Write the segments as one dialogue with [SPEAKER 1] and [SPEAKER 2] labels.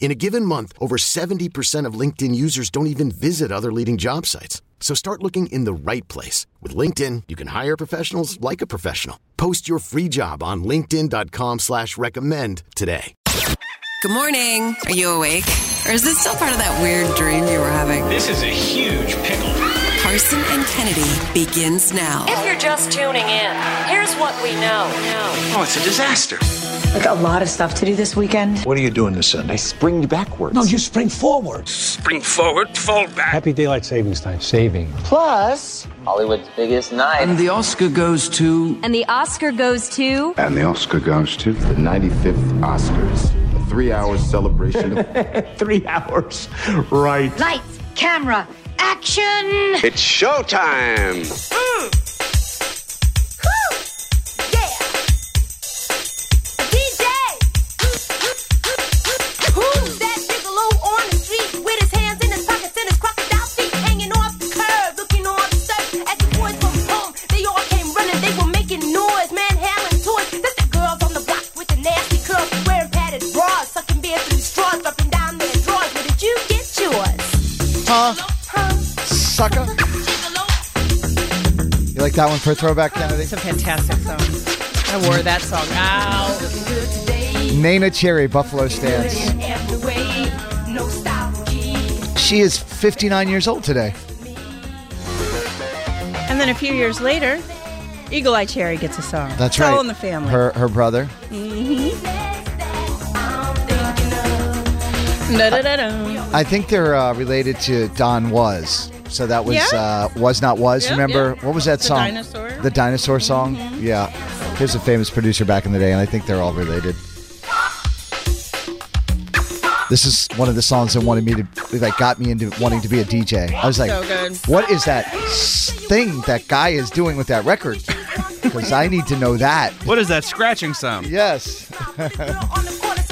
[SPEAKER 1] In a given month, over 70% of LinkedIn users don't even visit other leading job sites. So start looking in the right place. With LinkedIn, you can hire professionals like a professional. Post your free job on linkedin.com slash recommend today.
[SPEAKER 2] Good morning. Are you awake? Or is this still part of that weird dream you were having?
[SPEAKER 3] This is a huge pickle.
[SPEAKER 2] Carson and Kennedy begins now.
[SPEAKER 4] If you're just tuning in, here's what we know.
[SPEAKER 3] Oh, it's a disaster.
[SPEAKER 5] Like a lot of stuff to do this weekend.
[SPEAKER 6] What are you doing this Sunday?
[SPEAKER 7] I spring backwards.
[SPEAKER 8] No, you spring forward.
[SPEAKER 3] Spring forward, fall back.
[SPEAKER 9] Happy daylight savings time.
[SPEAKER 10] Saving. Plus,
[SPEAKER 11] Hollywood's biggest night.
[SPEAKER 12] And the Oscar goes to.
[SPEAKER 13] And the Oscar goes to.
[SPEAKER 14] And the Oscar goes to.
[SPEAKER 15] The 95th Oscars. A three hours celebration.
[SPEAKER 16] Of- three hours. Right.
[SPEAKER 17] Lights, camera, action.
[SPEAKER 18] It's showtime. Mm.
[SPEAKER 19] sucker. You like that one for a throwback, Kennedy?
[SPEAKER 20] It's a fantastic song. I wore that song out.
[SPEAKER 19] Nana Cherry, Buffalo Stance. She is 59 years old today.
[SPEAKER 20] And then a few years later, Eagle Eye Cherry gets a song.
[SPEAKER 19] That's
[SPEAKER 20] it's
[SPEAKER 19] right.
[SPEAKER 20] All in the family.
[SPEAKER 19] Her her brother.
[SPEAKER 20] Mm-hmm. Da-da-da-da.
[SPEAKER 19] I think they're uh, related to Don Was. So that was
[SPEAKER 20] Yeah.
[SPEAKER 19] uh, was not was.
[SPEAKER 20] Yep,
[SPEAKER 19] Remember
[SPEAKER 20] yep.
[SPEAKER 19] what was that
[SPEAKER 20] The
[SPEAKER 19] song?
[SPEAKER 20] dinosaur. Mm-hmm.
[SPEAKER 19] The dinosaur song. Yeah, he was a famous producer back in the day, and I think they're all related. This is one of the songs that wanted me to like got me into wanting to be a DJ. I was like,
[SPEAKER 20] So good.
[SPEAKER 19] what is that s- thing that guy is doing with that record? Because I need to know that.
[SPEAKER 21] What is that scratching sound?
[SPEAKER 19] Yes.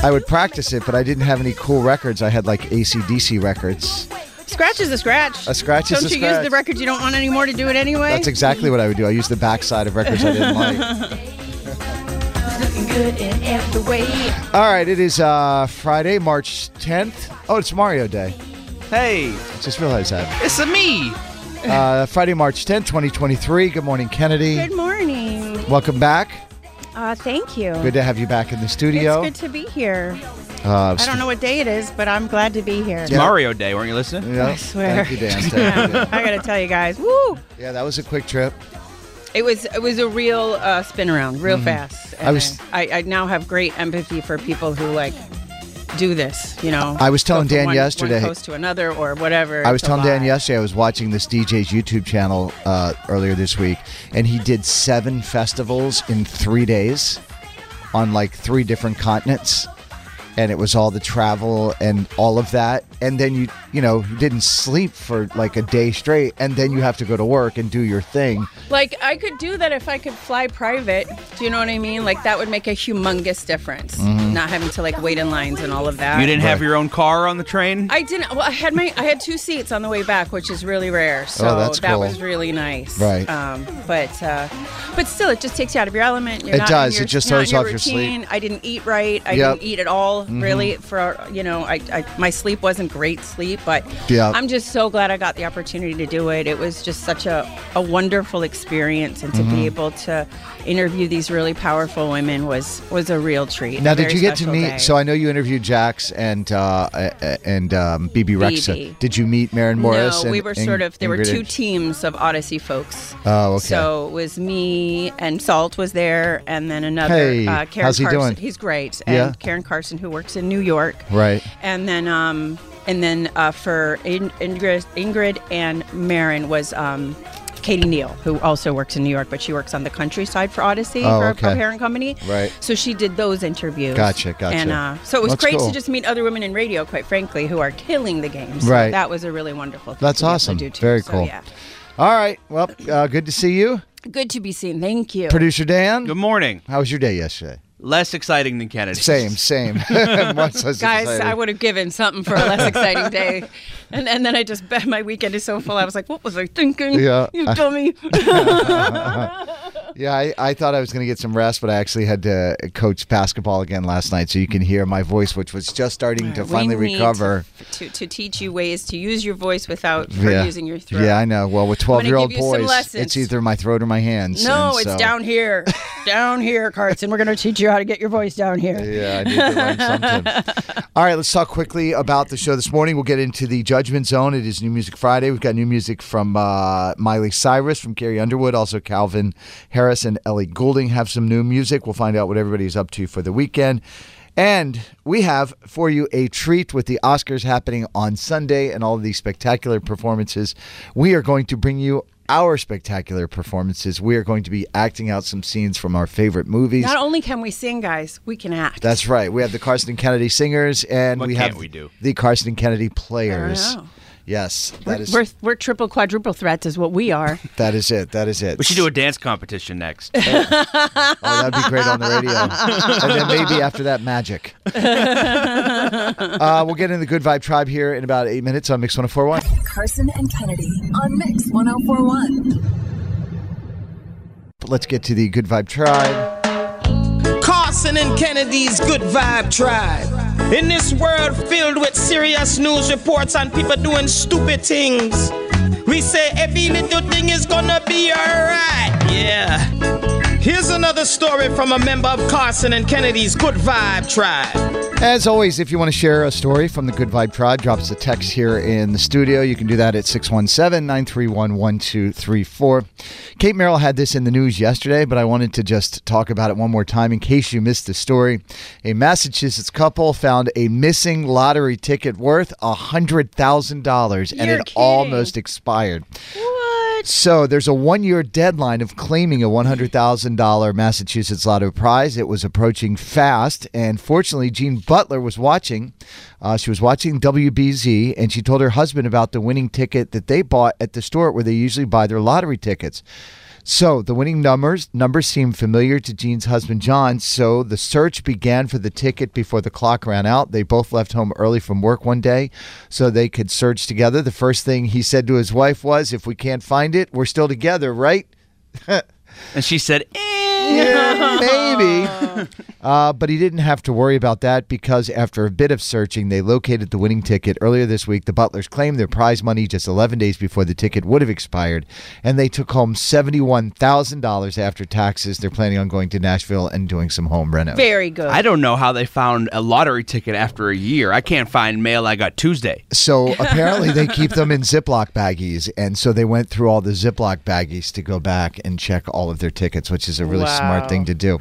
[SPEAKER 19] I would practice it, but I didn't have any cool records. I had like ACDC records.
[SPEAKER 20] Scratch is a scratch.
[SPEAKER 19] A scratch is
[SPEAKER 20] Don't
[SPEAKER 19] a
[SPEAKER 20] you use
[SPEAKER 19] scratch.
[SPEAKER 20] the records you don't want anymore to do it anyway?
[SPEAKER 19] That's exactly what I would do. I used the backside of records I didn't like. All right, it is uh, Friday, March 10th. Oh, it's Mario Day.
[SPEAKER 21] Hey,
[SPEAKER 19] I just realized that.
[SPEAKER 21] it's a me.
[SPEAKER 19] Uh, Friday, March 10th, 2023. Good morning, Kennedy.
[SPEAKER 20] Good morning.
[SPEAKER 19] Welcome back.
[SPEAKER 20] Uh, thank you.
[SPEAKER 19] Good to have you back in the studio.
[SPEAKER 20] It's good to be here.
[SPEAKER 19] uh,
[SPEAKER 20] I don't know what day it is, but I'm glad to be here.
[SPEAKER 19] Yeah.
[SPEAKER 21] Mario Day, weren't you listening?
[SPEAKER 19] yeah,
[SPEAKER 20] I swear.
[SPEAKER 19] Thank you, Dan. Thank you, Dan.
[SPEAKER 20] I gotta tell you guys, woo!
[SPEAKER 19] Yeah, that was a quick trip.
[SPEAKER 20] It was it was a real uh, spin around, real fast. And
[SPEAKER 19] Mm-hmm. I was-
[SPEAKER 20] I, I now have great empathy for people who like do this. You know,
[SPEAKER 19] I was
[SPEAKER 20] Go
[SPEAKER 19] telling
[SPEAKER 20] from
[SPEAKER 19] Dan
[SPEAKER 20] one-
[SPEAKER 19] yesterday-
[SPEAKER 20] one coast to another or whatever.
[SPEAKER 19] I was
[SPEAKER 20] It's a
[SPEAKER 19] telling Dan
[SPEAKER 20] lot.
[SPEAKER 19] yesterday I was watching this DJ's YouTube channel uh, earlier this week, and he did seven festivals in three days on like three different continents, and it was all the travel and all of that, and then you you know you didn't sleep for like a day straight, and then you have to go to work and do your thing.
[SPEAKER 20] Like I could do that if I could fly private. Do you know what I mean? Like that would make a humongous difference.
[SPEAKER 19] Mm-hmm.
[SPEAKER 20] Not having to like wait in lines and all of that.
[SPEAKER 21] You didn't have your own car on the train?
[SPEAKER 20] I didn't. Well, I had my I had two seats on the way back, which is really rare. So
[SPEAKER 19] Oh, that's
[SPEAKER 20] that
[SPEAKER 19] cool.
[SPEAKER 20] was really nice.
[SPEAKER 19] Right.
[SPEAKER 20] Um, but uh, but still, it just takes you out of your element. You're
[SPEAKER 19] It
[SPEAKER 20] not in
[SPEAKER 19] does.
[SPEAKER 20] your-
[SPEAKER 19] It just
[SPEAKER 20] you're
[SPEAKER 19] throws
[SPEAKER 20] not in your
[SPEAKER 19] you off your sleep.
[SPEAKER 20] routine. I didn't eat right. I
[SPEAKER 19] Yep. Mm-hmm.
[SPEAKER 20] didn't eat at all. Really, for you know, I, I my sleep wasn't great sleep, but
[SPEAKER 19] Yep.
[SPEAKER 20] I'm just so glad I got the opportunity to do it. It was just such a a wonderful
[SPEAKER 19] Mm-hmm.
[SPEAKER 20] experience, and to be able to interview these really powerful women was was a real treat.
[SPEAKER 19] Now,
[SPEAKER 20] a
[SPEAKER 19] did
[SPEAKER 20] very
[SPEAKER 19] you get to
[SPEAKER 20] special
[SPEAKER 19] meet?
[SPEAKER 20] day.
[SPEAKER 19] So I know you interviewed Jax and uh, uh, and um, BB Rexa.
[SPEAKER 20] BB.
[SPEAKER 19] Did you meet Marin Morris?
[SPEAKER 20] No,
[SPEAKER 19] and-
[SPEAKER 20] we were
[SPEAKER 19] and
[SPEAKER 20] sort of. There were
[SPEAKER 19] Ingrid
[SPEAKER 20] two
[SPEAKER 19] and-
[SPEAKER 20] teams of Odyssey folks.
[SPEAKER 19] Oh, okay.
[SPEAKER 20] So it was me and Salt was there, and then another.
[SPEAKER 19] Hey,
[SPEAKER 20] uh, Karen
[SPEAKER 19] how's he
[SPEAKER 20] Carson.
[SPEAKER 19] doing?
[SPEAKER 20] He's great.
[SPEAKER 19] Yeah.
[SPEAKER 20] And Karen Carson, who works in New York.
[SPEAKER 19] Right.
[SPEAKER 20] And then, um, and then uh, for In- Ingrid, Ingrid and Marin was. Um, Katie Neal, who also works in New York, but she works on the countryside for Odyssey,
[SPEAKER 19] Oh,
[SPEAKER 20] for
[SPEAKER 19] okay.
[SPEAKER 20] her parent company.
[SPEAKER 19] Right.
[SPEAKER 20] So she did those interviews.
[SPEAKER 19] Gotcha, gotcha.
[SPEAKER 20] And uh, so it was
[SPEAKER 19] That's
[SPEAKER 20] great
[SPEAKER 19] cool.
[SPEAKER 20] to just meet other women in radio, quite frankly, who are killing the game. So
[SPEAKER 19] Right.
[SPEAKER 20] That was a really wonderful thing.
[SPEAKER 19] That's
[SPEAKER 20] to be able to
[SPEAKER 19] awesome.
[SPEAKER 20] do, too.
[SPEAKER 19] Very
[SPEAKER 20] So,
[SPEAKER 19] cool.
[SPEAKER 20] yeah.
[SPEAKER 19] All right. Well, uh, good to see you,
[SPEAKER 20] Good to be seen. Thank you.
[SPEAKER 19] producer Dan. Good
[SPEAKER 21] morning.
[SPEAKER 19] How was your day yesterday?
[SPEAKER 21] Less exciting than Kennedy.
[SPEAKER 19] Same, same. Much less
[SPEAKER 20] Guys,
[SPEAKER 19] exciting.
[SPEAKER 20] I would have given something for a less exciting day. And, and then I just, my weekend is so full. I was like, what was I thinking?
[SPEAKER 19] Yeah.
[SPEAKER 20] You dummy.
[SPEAKER 19] Yeah, I, I thought I was going to get some rest, but I actually had to coach basketball again last night, so you can hear my voice, which was just starting to finally
[SPEAKER 20] We need
[SPEAKER 19] recover.
[SPEAKER 20] To, to teach you ways to use your voice without
[SPEAKER 19] yeah.
[SPEAKER 20] using your throat.
[SPEAKER 19] Yeah, I know. Well, with
[SPEAKER 20] I'm gonna give
[SPEAKER 19] twelve-year-old
[SPEAKER 20] you some
[SPEAKER 19] boys,
[SPEAKER 20] lessons.
[SPEAKER 19] it's either my throat or my hands.
[SPEAKER 20] No,
[SPEAKER 19] and
[SPEAKER 20] it's
[SPEAKER 19] so-
[SPEAKER 20] down here. down here, Carson. We're going to teach you how to get your voice down here.
[SPEAKER 19] Yeah, I need to learn something. All right, let's talk quickly about the show this morning. We'll get into the Judgment Zone. It is New Music Friday. We've got new music from uh, Miley Cyrus, from Carrie Underwood, also Calvin Harris and Ellie Goulding have some new music. We'll find out what everybody's up to for the weekend. And we have for you a treat with the Oscars happening on Sunday and all of these spectacular performances. We are going to bring you our spectacular performances. We are going to be acting out some scenes from our favorite movies.
[SPEAKER 20] Not only can we sing, guys, we can act.
[SPEAKER 19] That's right. We have the Carson and Kennedy Singers, and
[SPEAKER 21] What
[SPEAKER 19] we
[SPEAKER 21] can't
[SPEAKER 19] have
[SPEAKER 21] we do?
[SPEAKER 19] the Carson and Kennedy Players.
[SPEAKER 20] know.
[SPEAKER 19] Yes, that
[SPEAKER 20] We're,
[SPEAKER 19] is
[SPEAKER 20] we're, we're triple, quadruple threats, is what we are.
[SPEAKER 19] that is it. That is it.
[SPEAKER 21] We should do a dance competition next.
[SPEAKER 19] Oh, that'd be great on the radio, and then maybe after that, magic. uh, we'll get in the Good Vibe Tribe here in about eight minutes on Mix 1041.
[SPEAKER 6] Carson and Kennedy on Mix 1041.
[SPEAKER 19] But let's get to the Good Vibe Tribe.
[SPEAKER 7] Carson and Kennedy's Good Vibe Tribe. In this world filled with serious news reports and people doing stupid things, we say every little thing is gonna be alright. Yeah. Here's another story from a member of Carson and Kennedy's Good Vibe Tribe.
[SPEAKER 19] As always, if you want to share a story from the Good Vibe Tribe, drop us a text here in the studio. You can do that at 617 931 1234. Kate Merrill had this in the news yesterday, but I wanted to just talk about it one more time in case you missed the story. A Massachusetts couple found a missing lottery ticket worth $100,000 and
[SPEAKER 8] You're
[SPEAKER 19] it almost expired. So there's a one year deadline of claiming a $100,000 Massachusetts Lotto prize. It was approaching fast. And fortunately, Jean Butler was watching. Uh, she was watching WBZ and she told her husband about the winning ticket that they bought at the store where they usually buy their lottery tickets. So the winning numbers numbers seemed familiar to Jean's husband John. So the search began for the ticket before the clock ran out. They both left home early from work one day, so they could search together. The first thing he said to his wife was, "If we can't find it, we're still together, right?"
[SPEAKER 21] and she said,
[SPEAKER 19] Yeah, maybe. Uh, but he didn't have to worry about that because after a bit of searching, they located the winning ticket earlier this week. The Butlers claimed their prize money just 11 days before the ticket would have expired, and they took home $71,000 after taxes. They're planning on going to Nashville and doing some home reno.
[SPEAKER 20] Very good.
[SPEAKER 21] I don't know how they found a lottery ticket after a year. I can't find mail I got Tuesday.
[SPEAKER 19] So apparently they keep them in Ziploc baggies, and so they went through all the Ziploc baggies to go back and check all of their tickets, which is a really smart
[SPEAKER 9] Wow.
[SPEAKER 19] thing to do.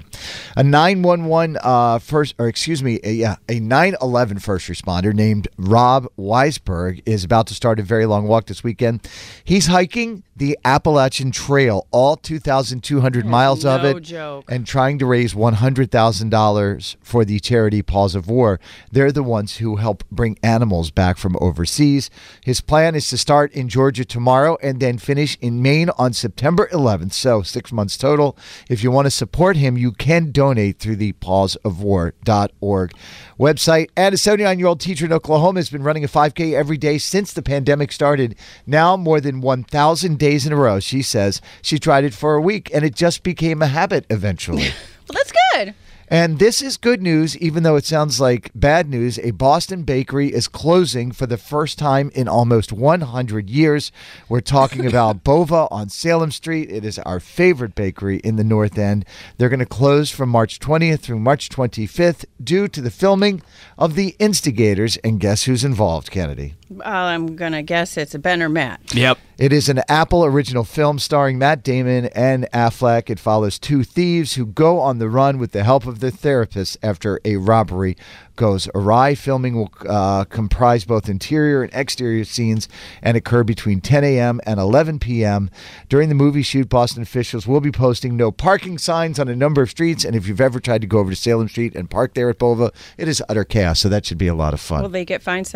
[SPEAKER 19] A 911 uh, first, or excuse me, a, yeah, a 911 first responder named Rob Weisberg is about to start a very long walk this weekend. He's hiking the Appalachian Trail, all 2,200 miles of
[SPEAKER 20] no
[SPEAKER 19] it,
[SPEAKER 20] joke.
[SPEAKER 19] and trying to raise $100,000 for the charity Paws of War. They're the ones who help bring animals back from overseas. His plan is to start in Georgia tomorrow and then finish in Maine on September 11th. So, six months total. If you want to support him, you can donate through the pawsofwar.org website. And a 79 year old teacher in Oklahoma has been running a 5K every day since the pandemic started. Now, more than 1,000 days in a row, she says she tried it for a week and it just became a habit eventually.
[SPEAKER 20] Well, that's good.
[SPEAKER 19] And this is good news, even though it sounds like bad news. A Boston bakery is closing for the first time in almost 100 years. We're talking about Bova on Salem Street. It is our favorite bakery in the North End. They're going to close from March 20th through March 25th due to the filming of The Instigators. And guess who's involved, Kennedy?
[SPEAKER 20] Well, I'm going to guess it's a Ben or Matt.
[SPEAKER 21] Yep.
[SPEAKER 19] It is an Apple original film starring Matt Damon and Affleck. It follows two thieves who go on the run with the help of their therapists after a robbery goes awry. Filming will uh, comprise both interior and exterior scenes and occur between 10 a.m. and 11 p.m. During the movie shoot, Boston officials will be posting no parking signs on a number of streets. And if you've ever tried to go over to Salem Street and park there at Bova, it is utter chaos. So that should be a lot of fun.
[SPEAKER 20] Will they get fined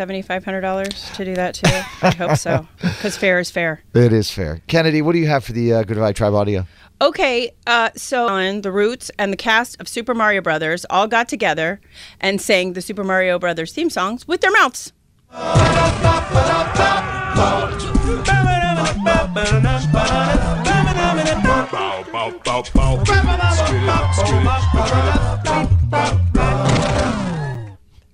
[SPEAKER 20] $7,500 to do that too? I hope so. Because fair is fair.
[SPEAKER 19] It is fair. Kennedy, what do you have for the uh, Good Vibe Tribe audio?
[SPEAKER 20] Okay, uh, so on the Roots and the cast of Super Mario Brothers all got together and sang the Super Mario Brothers theme songs with their mouths.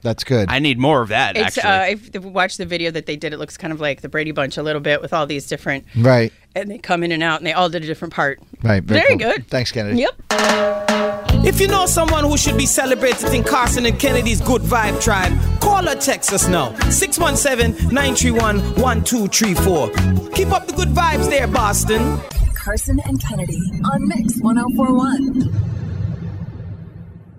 [SPEAKER 19] That's good.
[SPEAKER 21] I need more of that.
[SPEAKER 20] It's,
[SPEAKER 21] actually,
[SPEAKER 20] uh, if you watch the video that they did, it looks kind of like the Brady Bunch a little bit with all these different.
[SPEAKER 19] Right.
[SPEAKER 20] And they come in and out, and they all did a different part.
[SPEAKER 19] Right. Very,
[SPEAKER 20] Very
[SPEAKER 19] cool.
[SPEAKER 20] good.
[SPEAKER 19] Thanks, Kennedy.
[SPEAKER 20] Yep.
[SPEAKER 7] If you know someone who should be celebrated in Carson and Kennedy's Good Vibe Tribe, call or text us now. 617-931-1234. Keep up the good vibes there, Boston.
[SPEAKER 6] Carson and Kennedy on Mix 1041.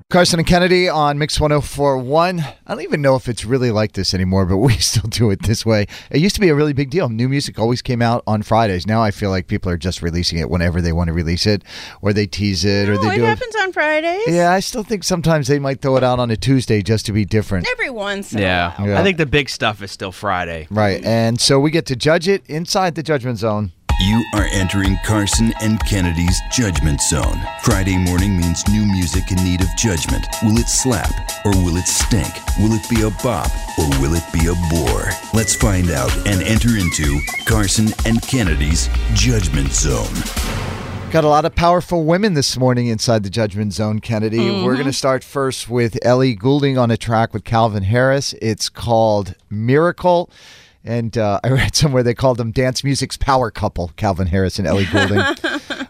[SPEAKER 19] Carson and Kennedy on Mix 1041. I don't even know if it's really like this anymore, but we still do it this way. It used to be a really big deal. New music always came out on Fridays. Now I feel like people are just releasing it whenever they want to release it, or they tease it, or
[SPEAKER 20] Oh,
[SPEAKER 19] they
[SPEAKER 20] it
[SPEAKER 19] do
[SPEAKER 20] happens on Fridays.
[SPEAKER 19] Yeah, I still think sometimes they might throw it out on a Tuesday just to be different.
[SPEAKER 20] Every once. in a
[SPEAKER 21] yeah.
[SPEAKER 19] while. Yeah.
[SPEAKER 21] I think the big stuff is still Friday.
[SPEAKER 19] Right. And so we get to judge it inside the judgment zone.
[SPEAKER 8] You are entering Carson and Kennedy's Judgment Zone. Friday morning means new music in need of judgment. Will it slap or will it stink? Will it be a bop or will it be a bore? Let's find out and enter into Carson and Kennedy's Judgment Zone.
[SPEAKER 19] Got a lot of powerful women this morning inside the Judgment Zone, Kennedy. We're
[SPEAKER 8] Mhm.
[SPEAKER 19] going to start first with Ellie Goulding on a track with Calvin Harris. It's called Miracle. And uh, I read somewhere they called them dance music's power couple, Calvin Harris and Ellie Goulding.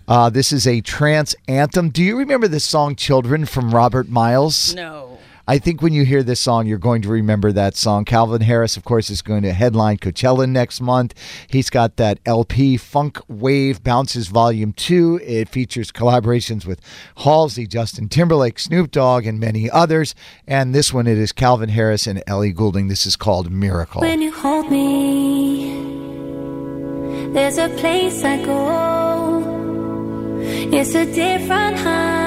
[SPEAKER 19] uh, this is a trance anthem. Do you remember the song Children from Robert Miles?
[SPEAKER 20] No.
[SPEAKER 19] I think when you hear this song, you're going to remember that song. Calvin Harris, of course, is going to headline Coachella next month. He's got that LP, Funk Wave Bounces Volume 2. It features collaborations with Halsey, Justin Timberlake, Snoop Dogg, and many others. And this one, it is Calvin Harris and Ellie Goulding. This is called Miracle.
[SPEAKER 9] When you hold me, there's a place I go. It's a different high.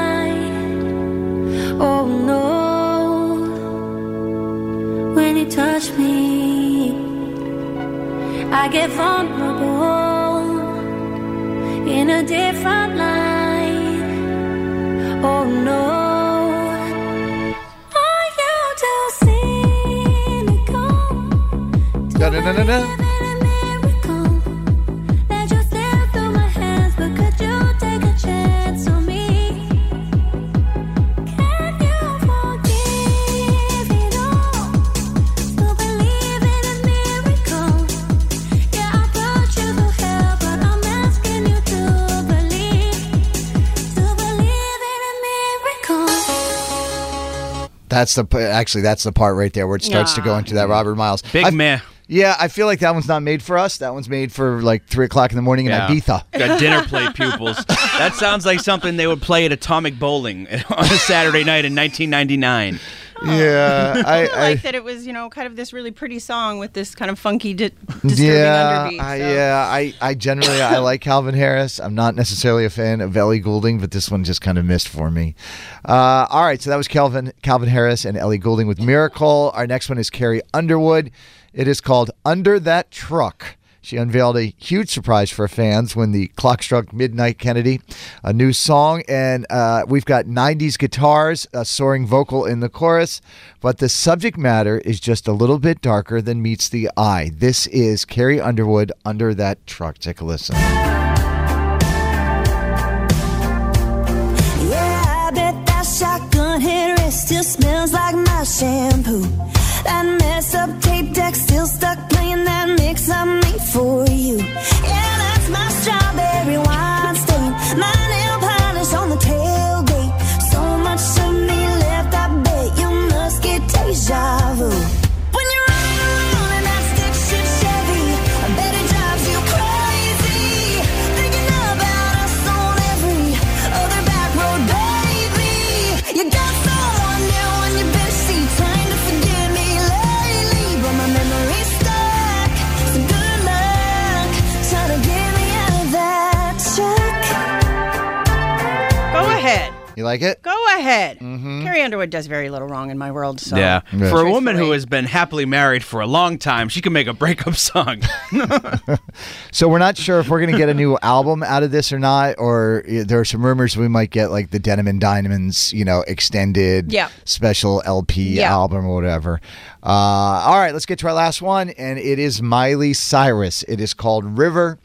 [SPEAKER 9] Oh no. When you touch me, I get vulnerable in a different light. Oh no. Are you to see me go?
[SPEAKER 19] Da-da-da-da-da.
[SPEAKER 9] They just slip through my hands, but could you take a chance on me? Can you forgive it all? Still believe in a miracle? Yeah, I brought you to hell, but I'm asking you to believe, to believe in a miracle.
[SPEAKER 19] That's the actually that's the part right there where it starts to go into that Robert Miles.
[SPEAKER 21] Big
[SPEAKER 19] I-
[SPEAKER 21] man.
[SPEAKER 19] Yeah, I feel like that one's not made for us. That one's made for like three o'clock in the morning in
[SPEAKER 21] Yeah.
[SPEAKER 19] Ibiza.
[SPEAKER 21] Got dinner plate pupils. That sounds like something they would play at Atomic Bowling on a Saturday night in 1999.
[SPEAKER 19] Yeah, Uh, I,
[SPEAKER 20] I like that it was, you know, kind of this really pretty song with this kind of funky, di- disturbing
[SPEAKER 19] yeah,
[SPEAKER 20] underbeat.
[SPEAKER 19] I, yeah. I, I generally I like Calvin Harris. I'm not necessarily a fan of Ellie Goulding, but this one just kind of missed for me. Uh, all right, so that was Calvin Calvin Harris and Ellie Goulding with Miracle. Our next one is Carrie Underwood. It is called Under That Truck. She unveiled a huge surprise for fans when the clock struck midnight. Kennedy, a new song, and uh, we've got 90s guitars, a soaring vocal in the chorus, but the subject matter is just a little bit darker than meets the eye. This is Carrie Underwood under that truck. Take a listen.
[SPEAKER 10] Yeah, I bet that shotgun hit
[SPEAKER 9] for you. Yeah, that's my strawberry wine stain. My nail polish on the tailgate. So much of me left, I bet you must get deja vu. When you're running around in that stick shift Chevy, I bet it drives you crazy. Thinking about us on every other back road, baby. You got someone new and you've been see trying to forget me lately, but my memory's stuck. So good luck trying to get me out of that check.
[SPEAKER 20] Go ahead.
[SPEAKER 19] You like it?
[SPEAKER 20] Go ahead. Carrie Underwood does very little wrong in my world. So
[SPEAKER 21] yeah.
[SPEAKER 19] Yeah.
[SPEAKER 21] For a woman who has been happily married for a long time, she can make a breakup song.
[SPEAKER 19] So we're not sure if we're going to get a new album out of this or not, or uh, there are some rumors we might get like the Denim and Diamonds, you know, extended
[SPEAKER 20] Yeah.
[SPEAKER 19] special LP
[SPEAKER 20] Yeah.
[SPEAKER 19] album or whatever. Uh, all right, let's get to our last one, and it is Miley Cyrus. It is called River.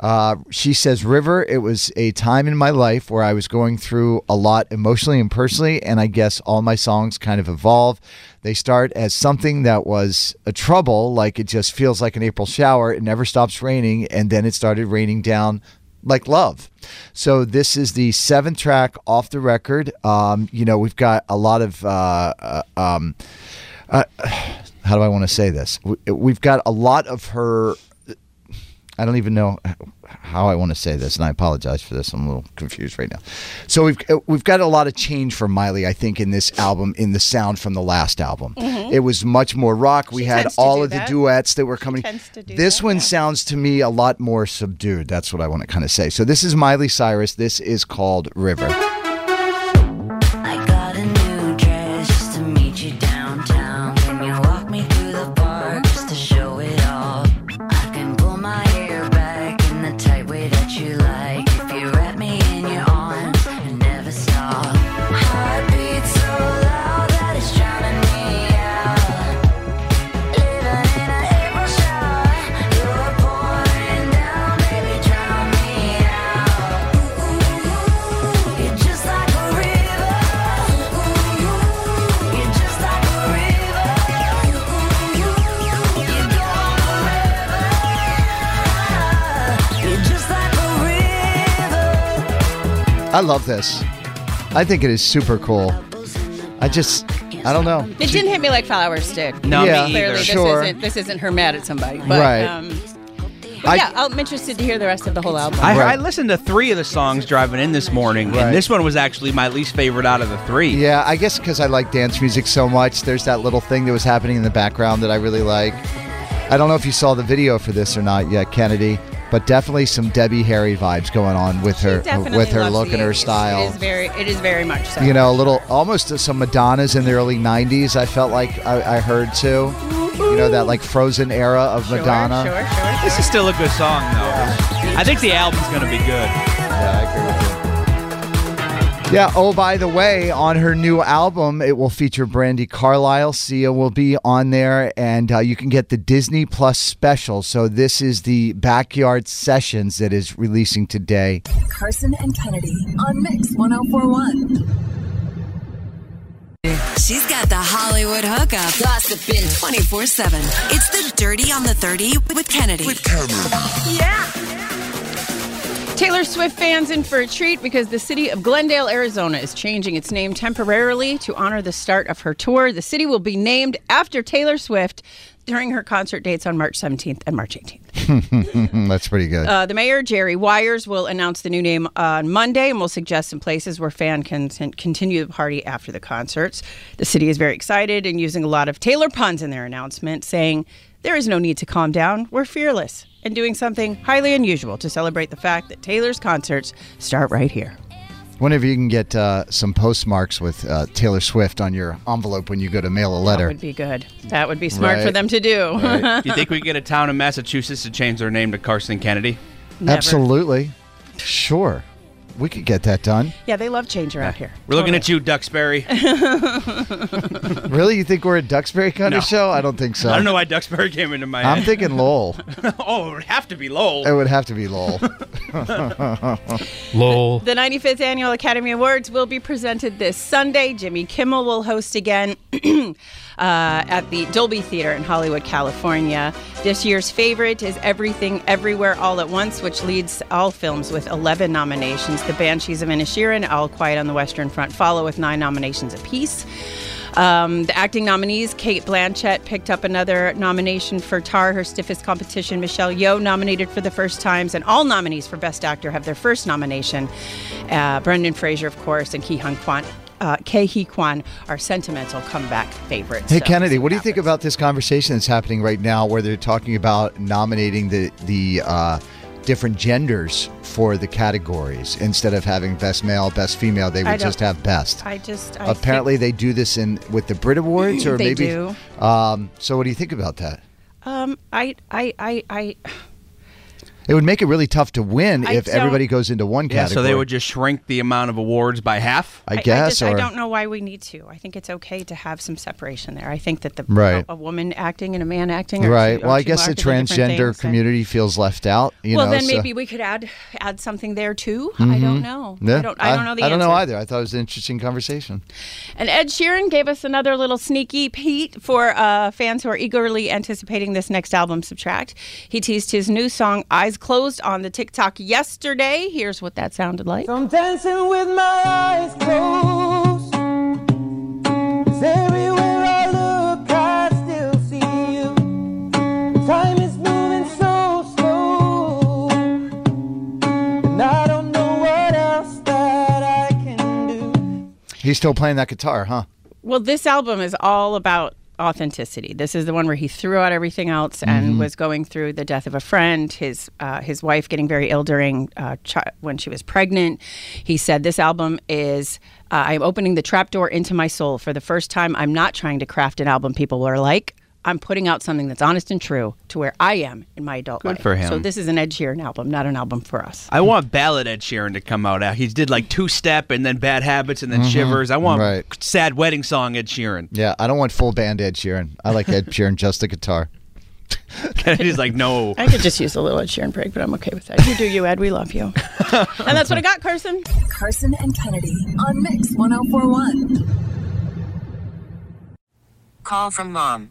[SPEAKER 19] Uh, she says, River, it was a time in my life where I was going through a lot emotionally and personally, and I guess all my songs kind of evolve. They start as something that was a trouble, like it just feels like an April shower. It never stops raining, and then it started raining down like love. So this is the seventh track off the record. Um, you know, we've got a lot of. Uh, uh, um, uh, how do I want to say this? We- We've got a lot of her I don't even know how I want to say this, and I apologize for this. I'm a little confused right now. So we've we've got a lot of change for Miley, I think, in this album, in the sound from the last album.
[SPEAKER 10] Mhm.
[SPEAKER 19] It was much more rock. We had
[SPEAKER 10] tends to
[SPEAKER 19] all
[SPEAKER 10] do
[SPEAKER 19] of
[SPEAKER 10] that.
[SPEAKER 19] the duets that were coming.
[SPEAKER 10] tends to do
[SPEAKER 19] this one sounds to me a lot more subdued. That's what I want to kind of say. So this is Miley Cyrus. This is called River.
[SPEAKER 9] I got a new dress just to meet you downtown. Can you walk me through the park just to show it all? I can pull my hair back in the tight way that you like. If you wrap me in your arms and never stop. Heartbeat so loud that it's drowning me out. Living in an April shower, you were pouring down, baby, drown me out. Ooh, you're just like a river. Ooh, you're just like a river. Ooh, you go on forever. You're just like a river.
[SPEAKER 19] I love this. I think it is super cool. I just I don't know.
[SPEAKER 20] It didn't hit me like flowers did.
[SPEAKER 19] No, me Yeah, either.
[SPEAKER 20] Clearly, this
[SPEAKER 19] sure.
[SPEAKER 20] isn't this isn't her mad at somebody. But,
[SPEAKER 19] Right.
[SPEAKER 20] Um,
[SPEAKER 21] I-
[SPEAKER 20] but yeah, I'm interested to hear the rest of the whole album.
[SPEAKER 21] I, I listened to three of the songs driving in this morning, and this one was actually my least favorite out of the three.
[SPEAKER 19] Yeah, I guess because I like dance music so much, there's that little thing that was happening in the background that I really like. I don't know if you saw the video for this or not yet, Kennedy, but definitely some Debbie Harry vibes going on with her
[SPEAKER 20] Definitely
[SPEAKER 19] with her
[SPEAKER 20] loves
[SPEAKER 19] look
[SPEAKER 20] the
[SPEAKER 19] and her
[SPEAKER 20] 80s. It
[SPEAKER 19] style.
[SPEAKER 20] is very, it is very much so.
[SPEAKER 19] You know, a little almost some Madonnas in the early '90s. I felt like I, I heard too. You know that like Frozen era of Madonna.
[SPEAKER 21] This is still a good song, though. I think the album's going to be good.
[SPEAKER 19] Yeah, I agree with you. Yeah. Oh, by the way, on her new album, it will feature Brandy Carlisle. Sia will be on there, and uh, you can get the Disney Plus special. So this is the Backyard Sessions that is releasing today.
[SPEAKER 6] Carson and Kennedy on Mix 1041.
[SPEAKER 2] She's got the Hollywood hookup. Gossiping 24 7. It's the Dirty on the 30 with Kennedy. With Kennedy.
[SPEAKER 20] Yeah. Taylor Swift fans in for a treat because the city of Glendale, Arizona is changing its name temporarily to honor the start of her tour. The city will be named after Taylor Swift during her concert dates on March 17th and March 18th.
[SPEAKER 19] That's pretty good.
[SPEAKER 20] Uh, the mayor, Jerry Wires, will announce the new name on Monday and will suggest some places where fans can can continue the party after the concerts. The city is very excited and using a lot of Taylor puns in their announcement, saying, There is no need to calm down. We're fearless. And doing something highly unusual to celebrate the fact that Taylor's concerts start right here.
[SPEAKER 19] Whenever you can get uh, some postmarks with uh, Taylor Swift on your envelope when you go to mail a
[SPEAKER 20] That
[SPEAKER 19] letter.
[SPEAKER 20] would be good. That would be smart for
[SPEAKER 19] Right.
[SPEAKER 20] them to do.
[SPEAKER 21] you think we could get a town in Massachusetts to change their name to Carson Kennedy?
[SPEAKER 19] Absolutely. Sure. We could get that done.
[SPEAKER 20] yeah, they love changer out here.
[SPEAKER 21] We're looking at you, Duxbury.
[SPEAKER 19] really? You think we're a Duxbury County
[SPEAKER 21] No.
[SPEAKER 19] show? I don't think so.
[SPEAKER 21] I don't know why Duxbury came into my head.
[SPEAKER 19] I'm thinking Lowell.
[SPEAKER 21] oh, it would have to be Lowell.
[SPEAKER 19] It would have to be Lowell. Lowell.
[SPEAKER 20] The 95th Annual Academy Awards will be presented this Sunday. Jimmy Kimmel will host again. uh, at the Dolby Theater in Hollywood, California. This year's favorite is Everything Everywhere All at Once, which leads all films with 11 nominations. The Banshees of Inishirin, All Quiet on the Western Front follow with nine nominations apiece. Um, the acting nominees, Kate Blanchett picked up another nomination for Tar, her stiffest competition. Michelle Yeoh nominated for the first times, and all nominees for Best Actor have their first nomination. Uh, Brendan Fraser, of course, and Ki Hung Kwan. Uh, Kei Hee Kwan are sentimental comeback favorites.
[SPEAKER 19] Hey
[SPEAKER 20] So-
[SPEAKER 19] Kennedy, what do you think about this conversation that's happening right now, where they're talking about nominating the the uh, different genders for the categories instead of having best male, best female? They
[SPEAKER 20] I
[SPEAKER 19] would
[SPEAKER 20] don't-
[SPEAKER 19] just have best.
[SPEAKER 20] I just I
[SPEAKER 19] Apparently, they do this in with the Brit Awards, or
[SPEAKER 20] They
[SPEAKER 19] maybe.
[SPEAKER 20] do.
[SPEAKER 19] Um, so, what do you think about that?
[SPEAKER 20] think- um, I, I, I, I,
[SPEAKER 19] It would make it really tough to win
[SPEAKER 20] I
[SPEAKER 19] if
[SPEAKER 20] don't-
[SPEAKER 19] everybody goes into one
[SPEAKER 21] Yeah,
[SPEAKER 19] category.
[SPEAKER 21] so they would just shrink the amount of awards by half.
[SPEAKER 19] I guess,
[SPEAKER 20] just, I
[SPEAKER 19] or
[SPEAKER 20] don't know why we need to. I think it's okay to have some separation there. I think that the
[SPEAKER 19] Right.
[SPEAKER 20] a, a woman acting and a man acting, are
[SPEAKER 19] right.
[SPEAKER 20] two- are
[SPEAKER 19] well, I
[SPEAKER 20] two
[SPEAKER 19] guess the
[SPEAKER 20] markedly different
[SPEAKER 19] transgender
[SPEAKER 20] things, and-
[SPEAKER 19] community feels left out. You
[SPEAKER 20] well,
[SPEAKER 19] know,
[SPEAKER 20] then
[SPEAKER 19] so-
[SPEAKER 20] maybe we could add add something there too. I don't
[SPEAKER 19] Mhm.
[SPEAKER 20] know.
[SPEAKER 19] Yeah,
[SPEAKER 20] I don't. I don't know the
[SPEAKER 19] I don't
[SPEAKER 20] answer.
[SPEAKER 19] know either. I thought it was an interesting conversation.
[SPEAKER 20] And Ed Sheeran gave us another little sneaky peek for uh, fans who are eagerly anticipating this next album, Subtract. He teased his new song, Eyes Closed, on the TikTok yesterday. Here's what that sounded like.
[SPEAKER 9] I'm dancing with my eyes closed. 'Cause everywhere I look, I still see you. Time is moving so slow, and I don't know what else that I can do.
[SPEAKER 19] He's still playing that guitar, huh?
[SPEAKER 20] Well, this album is all about authenticity. This is the one where he threw out everything else and
[SPEAKER 21] Mm-hmm.
[SPEAKER 19] Mhm.
[SPEAKER 20] was going through the death of a friend, his uh, his wife getting very ill during uh, chi- when she was pregnant. He said, "This album is." Uh, I'm opening the trapdoor into my soul for the first time. I'm not trying to craft an album people are like. I'm putting out something that's honest and true to where I am in my adult
[SPEAKER 21] Good
[SPEAKER 20] life.
[SPEAKER 21] for him.
[SPEAKER 20] So this is an Ed Sheeran album, not an album for us.
[SPEAKER 21] I want ballad Ed Sheeran to come out. He did like two step and then bad habits and then
[SPEAKER 19] Mm-hmm.
[SPEAKER 21] shivers. I want sad wedding song Ed Sheeran.
[SPEAKER 19] Yeah, I don't want full band Ed Sheeran. I like Ed Sheeran just the guitar.
[SPEAKER 21] Kennedy's like, no.
[SPEAKER 20] I could just use a little Ed Sheeran break, but I'm okay with that. You do you, Ed. We love you. and that's what I got, Carson.
[SPEAKER 6] Carson and Kennedy on Mix 1041.
[SPEAKER 10] Call from mom.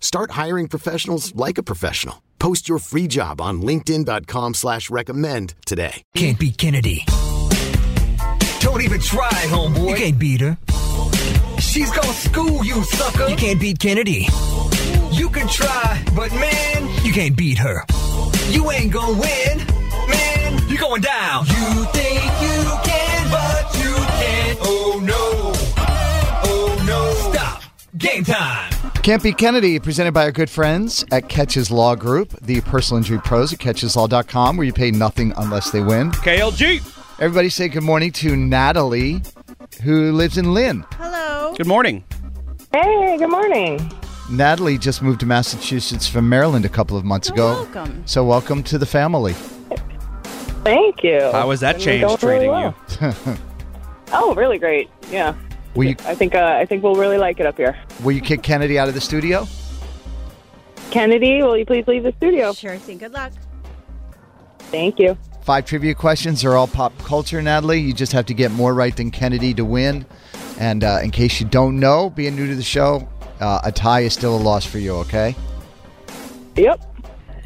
[SPEAKER 1] Start hiring professionals like a professional. Post your free job on linkedin.com/recommend slash recommend today.
[SPEAKER 22] Can't beat Kennedy. Don't even try, homeboy. You can't beat her. She's gonna school you, sucker. You can't beat Kennedy. You can try, but man, you can't beat her. You ain't gonna win, man. You're going down. You think you can, but you can't. Oh no. Oh no. Stop. Game time.
[SPEAKER 19] Can't Be Kennedy, presented by our good friends at Catches Law Group, the personal injury pros at catcheslaw.com, where you pay nothing unless they win.
[SPEAKER 21] KLG.
[SPEAKER 19] Everybody say good morning to Natalie, who lives in Lynn.
[SPEAKER 20] Hello.
[SPEAKER 21] Good morning.
[SPEAKER 23] Hey, good morning.
[SPEAKER 19] Natalie just moved to Massachusetts from Maryland a couple of months ago.
[SPEAKER 23] welcome.
[SPEAKER 19] So, welcome to the family.
[SPEAKER 23] Thank you.
[SPEAKER 19] How has that
[SPEAKER 23] Been
[SPEAKER 19] change
[SPEAKER 23] going
[SPEAKER 19] treating
[SPEAKER 23] well. Oh, really great. Yeah.
[SPEAKER 19] will, you,
[SPEAKER 23] I think uh, I think we'll really like it up here.
[SPEAKER 19] will you kick Kennedy out of the studio?
[SPEAKER 23] Kennedy, will you please leave the studio?
[SPEAKER 20] Sure thing. Good luck.
[SPEAKER 23] Thank you.
[SPEAKER 19] Five trivia questions are all pop culture, Natalie. You just have to get more right than Kennedy to win. And uh, in case you don't know, being new to the show, uh, a tie is still a loss for you, okay?
[SPEAKER 23] Yep.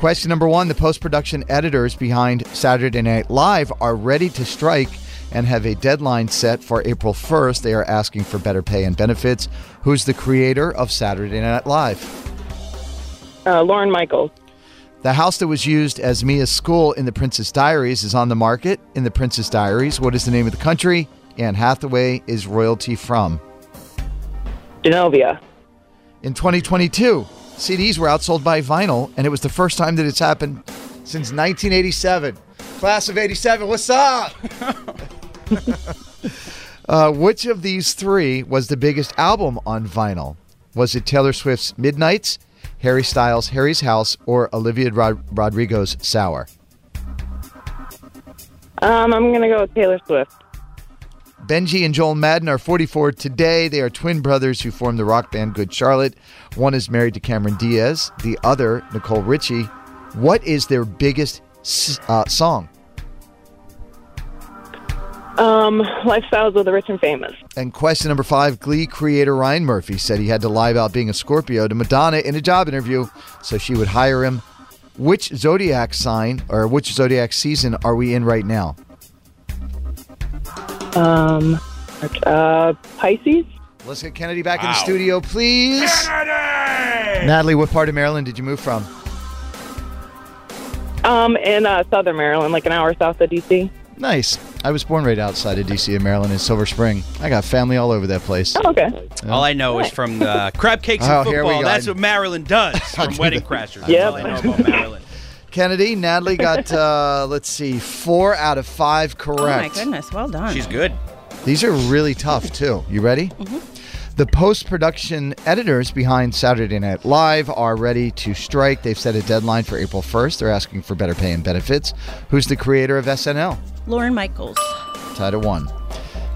[SPEAKER 19] Question number one The post production editors behind Saturday Night Live are ready to strike and have a deadline set for April 1st. They are asking for better pay and benefits. Who's the creator of Saturday Night Live?
[SPEAKER 23] Uh, Lauren Michaels.
[SPEAKER 19] The house that was used as Mia's school in The Princess Diaries is on the market in The Princess Diaries. What is the name of the country Anne Hathaway is royalty from?
[SPEAKER 23] Genovia.
[SPEAKER 19] In 2022, CDs were outsold by vinyl, and it was the first time that it's happened since 1987. Class of 87, what's up? uh, which of these three was the biggest album on vinyl? Was it Taylor Swift's Midnights, Harry Styles' Harry's House, or Olivia Rod- Rodrigo's Sour?
[SPEAKER 23] Um, I'm going to go with Taylor Swift.
[SPEAKER 19] Benji and Joel Madden are 44 today. They are twin brothers who formed the rock band Good Charlotte. One is married to Cameron Diaz, the other, Nicole Richie. What is their biggest s- uh, song?
[SPEAKER 23] Um, lifestyles of the rich and famous.
[SPEAKER 19] And question number five Glee creator Ryan Murphy said he had to lie about being a Scorpio to Madonna in a job interview so she would hire him. Which zodiac sign or which zodiac season are we in right now?
[SPEAKER 23] Um, uh, Pisces.
[SPEAKER 19] Let's get Kennedy back in the studio, please. Natalie, what part of Maryland did you move from?
[SPEAKER 23] Um, in uh, Southern Maryland, like an hour south of DC.
[SPEAKER 19] Nice. I was born right outside of D.C. in Maryland in Silver Spring. I got family all over that place.
[SPEAKER 20] Oh,
[SPEAKER 23] okay.
[SPEAKER 21] All I know is from the crab cakes and
[SPEAKER 19] Oh, here we
[SPEAKER 21] football.
[SPEAKER 19] go.
[SPEAKER 21] That's what Maryland does from Wedding Crashers. That's all I know about Maryland.
[SPEAKER 19] Kennedy, Natalie got, uh, let's see, four out of five
[SPEAKER 20] Oh my
[SPEAKER 19] correct.
[SPEAKER 20] goodness. Well done.
[SPEAKER 21] She's good.
[SPEAKER 19] These are really tough, too. You ready?
[SPEAKER 20] Mm-hmm.
[SPEAKER 19] The post production editors behind Saturday Night Live are ready to strike. They've set a deadline for April 1st. They're asking for better pay and benefits. Who's the creator of SNL?
[SPEAKER 20] Lauren Michaels.
[SPEAKER 19] Title one.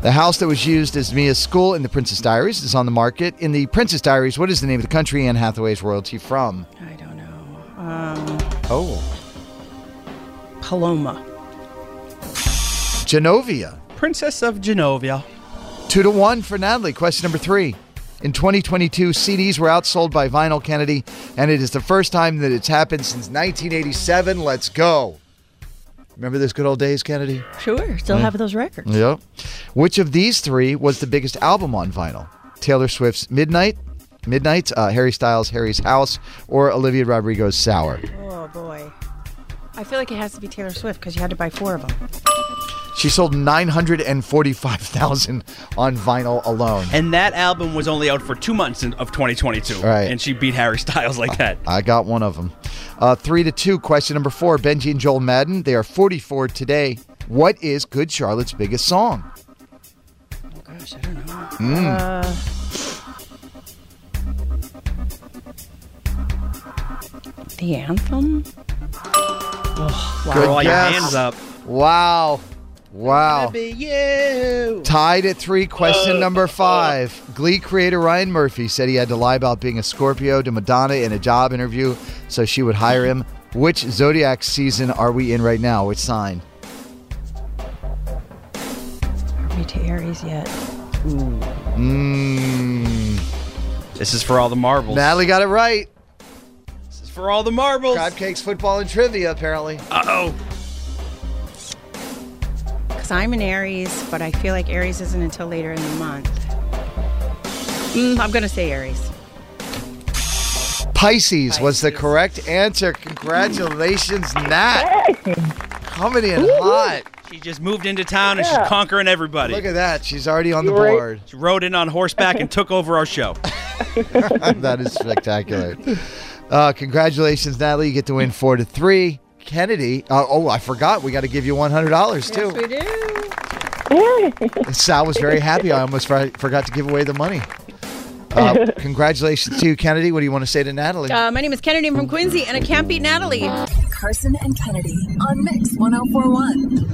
[SPEAKER 19] The house that was used as Mia's school in The Princess Diaries is on the market. In The Princess Diaries, what is the name of the country Anne Hathaway's royalty from?
[SPEAKER 20] Um,
[SPEAKER 19] Oh.
[SPEAKER 20] Paloma.
[SPEAKER 19] Genovia.
[SPEAKER 21] Princess of Genovia.
[SPEAKER 19] Two to one for Natalie. Question number three. In 2022, CDs were outsold by vinyl Kennedy, and it is the first time that it's happened since 1987. Let's go. Remember those good old days, Kennedy?
[SPEAKER 20] Sure. Still
[SPEAKER 19] Mm.
[SPEAKER 20] have those records.
[SPEAKER 19] Yep. Which of these three was the biggest album on vinyl? Taylor Swift's Midnight, Midnight, uh, Harry Styles' Harry's House, or Olivia Rodrigo's Sour?
[SPEAKER 20] Oh boy. I feel like it has to be Taylor Swift because you had to buy four of them.
[SPEAKER 19] She sold 945,000 on vinyl alone.
[SPEAKER 21] And that album was only out for two months in, of 2022.
[SPEAKER 19] Right.
[SPEAKER 21] And she beat Harry Styles like that.
[SPEAKER 19] I got one of them. Uh, three to two. Question number four. Benji and Joel Madden. They are 44 today. What is Good Charlotte's biggest song?
[SPEAKER 20] Gosh, I don't know.
[SPEAKER 19] Mm.
[SPEAKER 20] Uh, the anthem?
[SPEAKER 21] wow.
[SPEAKER 19] Good
[SPEAKER 21] Throw all your
[SPEAKER 19] guess.
[SPEAKER 21] hands up.
[SPEAKER 19] Wow. Wow. Tied at three.
[SPEAKER 21] Uh,
[SPEAKER 19] Question number five. Glee creator Ryan Murphy said he had to lie about being a Scorpio to Madonna in a job interview so she would hire him. Which zodiac season are we in right now? Which sign?
[SPEAKER 20] Are we to Aries yet?
[SPEAKER 19] Mm.
[SPEAKER 21] This is for all the marbles.
[SPEAKER 19] Natalie got it right.
[SPEAKER 21] This is for all the marbles.
[SPEAKER 19] Crab cakes, football, and trivia, apparently.
[SPEAKER 21] Uh oh.
[SPEAKER 20] Because I'm an Aries, but I feel like Aries isn't until later in the month. Mm, I'm going to say Aries.
[SPEAKER 19] Pisces, was the correct answer. Congratulations, Nat. Coming in hot.
[SPEAKER 21] She just moved into town and
[SPEAKER 19] Yeah.
[SPEAKER 21] she's conquering everybody.
[SPEAKER 19] Look at that. She's already on the
[SPEAKER 21] You right.
[SPEAKER 19] board.
[SPEAKER 21] She rode in on horseback and took over our show.
[SPEAKER 19] that is spectacular. Uh, congratulations, Natalie. You get to win four to three. Kennedy. Uh, oh, I forgot. We got to give you one hundred dollars too. Sal was very happy. I almost for- forgot to give away the money. Uh, congratulations to you, Kennedy. What do you want to say to Natalie?
[SPEAKER 20] Uh, my name is Kennedy. I'm from Quincy, and I can't beat Natalie.
[SPEAKER 6] Carson and oh Kennedy on Mix 1041.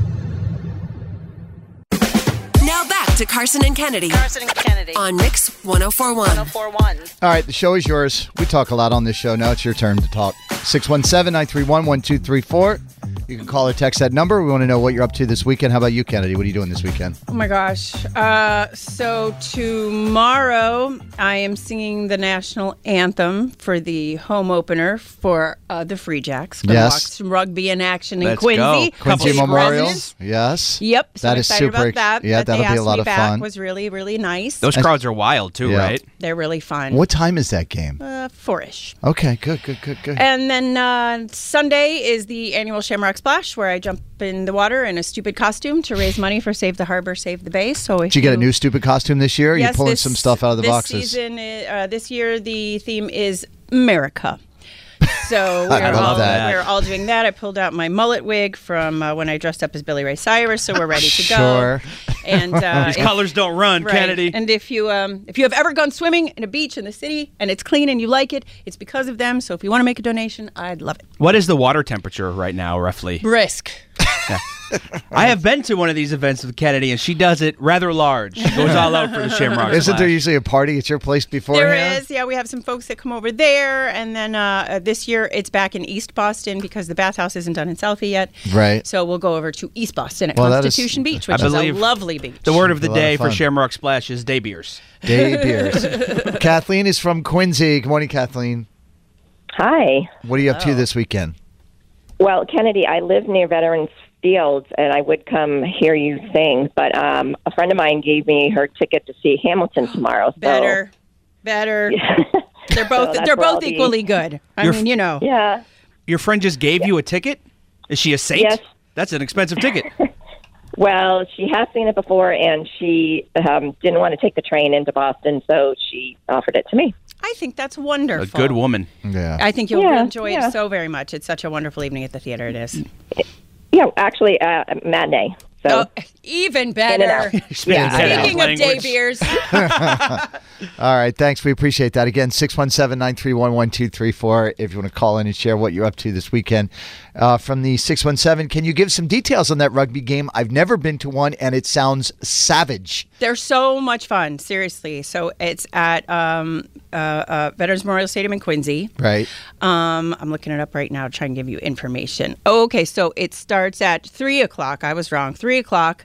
[SPEAKER 2] Now back to Carson and Kennedy. Carson and Kennedy. On Mix 1041. 1041.
[SPEAKER 19] All right, the show is yours. We talk a lot on this show. Now it's your turn to talk. 617 931 1234. You can call or text that number. We want to know what you're up to this weekend. How about you, Kennedy? What are you doing this weekend?
[SPEAKER 20] Oh my gosh. Uh, so tomorrow I am singing the national anthem for the home opener for uh, the Free Jacks. Gonna
[SPEAKER 19] Yes.
[SPEAKER 20] watch some rugby in action in
[SPEAKER 19] Let's
[SPEAKER 20] Quincy.
[SPEAKER 19] go. Quincy
[SPEAKER 20] Couple
[SPEAKER 19] Memorial.
[SPEAKER 20] residents.
[SPEAKER 19] Yes.
[SPEAKER 20] Yep. So
[SPEAKER 19] That
[SPEAKER 20] I'm
[SPEAKER 19] is
[SPEAKER 20] excited
[SPEAKER 19] super
[SPEAKER 20] about that.
[SPEAKER 19] ex- yeah,
[SPEAKER 20] that they
[SPEAKER 19] that'll be a
[SPEAKER 20] asked
[SPEAKER 19] lot
[SPEAKER 20] me
[SPEAKER 19] of
[SPEAKER 20] back
[SPEAKER 19] fun.
[SPEAKER 20] Was really really nice.
[SPEAKER 19] Those And- crowds are
[SPEAKER 21] wild
[SPEAKER 19] too, Yeah. right?
[SPEAKER 20] They're really fun.
[SPEAKER 19] What time is that game?
[SPEAKER 20] Uh, four-ish.
[SPEAKER 19] Okay, good, good, good, good.
[SPEAKER 20] And then uh, Sunday is the annual Shamrock Splash, where I jump in the water in a stupid costume to raise money for Save the Harbor, Save the Bay. So if
[SPEAKER 19] Did you get a new stupid costume this year? Or
[SPEAKER 20] Yes,
[SPEAKER 19] you pulling
[SPEAKER 20] this-
[SPEAKER 19] some stuff out of the
[SPEAKER 20] this
[SPEAKER 19] boxes?
[SPEAKER 20] Season, i- uh, this year, the theme is America. So
[SPEAKER 19] I
[SPEAKER 20] we're
[SPEAKER 19] love
[SPEAKER 20] all,
[SPEAKER 19] that.
[SPEAKER 20] we're all doing that. I pulled out my mullet wig from uh, when I dressed up as Billy Ray Cyrus, so we're ready to go.
[SPEAKER 21] Sure.
[SPEAKER 20] And uh,
[SPEAKER 21] These colors don't run,
[SPEAKER 20] Right.
[SPEAKER 21] Kennedy.
[SPEAKER 20] And if you um, if you have ever gone swimming in a beach in the city and it's clean and you like it, it's because of them. So if you want to make a donation, I'd love it.
[SPEAKER 21] What is the water temperature right now, roughly?
[SPEAKER 20] Brisk.
[SPEAKER 21] I have been to one of these events with Kennedy, and she does it rather large. She goes all out for the Shamrock
[SPEAKER 19] Isn't
[SPEAKER 21] Splash.
[SPEAKER 19] there usually a party at your place beforehand?
[SPEAKER 20] There is, yeah. We have some folks that come over there, and then uh, uh, this year it's back in East Boston because the bathhouse isn't done in Southie yet.
[SPEAKER 21] Right.
[SPEAKER 20] So we'll go over to East Boston at
[SPEAKER 21] Well, that is-
[SPEAKER 20] Constitution Beach,
[SPEAKER 21] I
[SPEAKER 20] which is a
[SPEAKER 21] believe
[SPEAKER 20] lovely beach.
[SPEAKER 21] The word of the
[SPEAKER 19] A lot of
[SPEAKER 21] day for
[SPEAKER 19] fun.
[SPEAKER 21] Shamrock Splash is day beers.
[SPEAKER 19] Day beers. Kathleen is from Quincy. Good morning, Kathleen.
[SPEAKER 3] Hi.
[SPEAKER 19] What are you up to this weekend?
[SPEAKER 3] Well, Kennedy, I live near Veterans Fields, and I would come hear you sing, but um, a friend of mine gave me her ticket to see Hamilton tomorrow. So
[SPEAKER 20] Better, better. they're both
[SPEAKER 3] Oh. that's
[SPEAKER 20] they're
[SPEAKER 3] where I'll
[SPEAKER 20] both
[SPEAKER 3] be.
[SPEAKER 20] equally good. I
[SPEAKER 21] You're
[SPEAKER 20] mean, you know.
[SPEAKER 3] Yeah.
[SPEAKER 21] Your friend just gave you a ticket? Is she a saint?
[SPEAKER 3] Yes.
[SPEAKER 21] That's an expensive ticket.
[SPEAKER 3] Well, she has seen it before, and she um, didn't want to take the train into Boston, so she offered it to me.
[SPEAKER 20] I think that's wonderful.
[SPEAKER 21] a good woman.
[SPEAKER 19] Yeah.
[SPEAKER 20] I think you'll
[SPEAKER 3] Yeah,
[SPEAKER 20] enjoy
[SPEAKER 3] yeah.
[SPEAKER 20] it so very much. It's such a wonderful evening at the theater. It is
[SPEAKER 3] Yeah, actually, uh, matinee. So
[SPEAKER 20] Oh, even better.
[SPEAKER 19] Speaking Yeah. that
[SPEAKER 20] Speaking of day
[SPEAKER 3] language.
[SPEAKER 20] beers,
[SPEAKER 19] All right, thanks. We appreciate that. Again, 617 931 1234 if you want to call in and share what you're up to this weekend. Uh, from the 617, can you give some details on that rugby game? I've never been to one and it sounds savage.
[SPEAKER 20] They're so much fun, seriously. So it's at um, uh, uh, Veterans Memorial Stadium in Quincy.
[SPEAKER 19] Right.
[SPEAKER 20] Um, I'm looking it up right now, trying to give you information. Oh, okay, so it starts at three o'clock. I was wrong, three o'clock,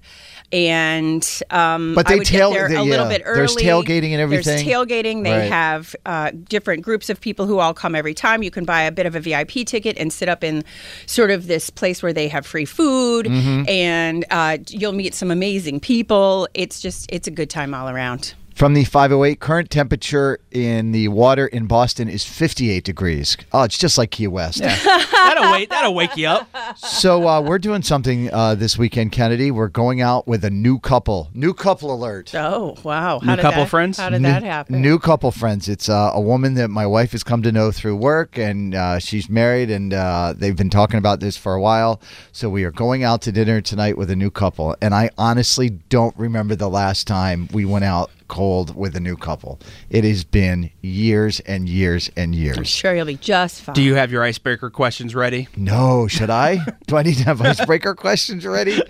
[SPEAKER 20] and um,
[SPEAKER 19] But
[SPEAKER 20] I
[SPEAKER 19] they
[SPEAKER 20] would get
[SPEAKER 19] tail-
[SPEAKER 20] there
[SPEAKER 19] they-
[SPEAKER 20] a little
[SPEAKER 19] yeah,
[SPEAKER 20] bit early.
[SPEAKER 19] there's tailgating and everything.
[SPEAKER 20] There's tailgating. They
[SPEAKER 19] Right.
[SPEAKER 20] have uh, different groups of people who all come every time. You can buy a bit of a VIP ticket and sit up in sort of this place where they have free food,
[SPEAKER 19] Mhm.
[SPEAKER 20] and uh, you'll meet some amazing people. It's just it's a good time all around.
[SPEAKER 19] From the 508, current temperature in the water in Boston is 58 degrees. Oh, it's just like Key West.
[SPEAKER 21] that'll wait. That'll wake you up.
[SPEAKER 19] so uh, we're doing something uh, this weekend, Kennedy. We're going out with a new couple. New couple alert.
[SPEAKER 20] Oh wow!
[SPEAKER 19] New
[SPEAKER 20] did
[SPEAKER 19] couple
[SPEAKER 20] that-
[SPEAKER 19] friends?
[SPEAKER 20] How did
[SPEAKER 19] New-
[SPEAKER 20] that happen?
[SPEAKER 19] New couple friends. It's uh, a woman that my wife has come to know through work, and uh, she's married, and uh, they've been talking about this for a while. So we are going out to dinner tonight with a new couple, and I honestly don't remember the last time we went out cold with a new couple. It has been years and years and years.
[SPEAKER 20] Sure, you'll be just fine.
[SPEAKER 21] Do you have your icebreaker questions ready?
[SPEAKER 19] No, should I? Do I need to have icebreaker questions already?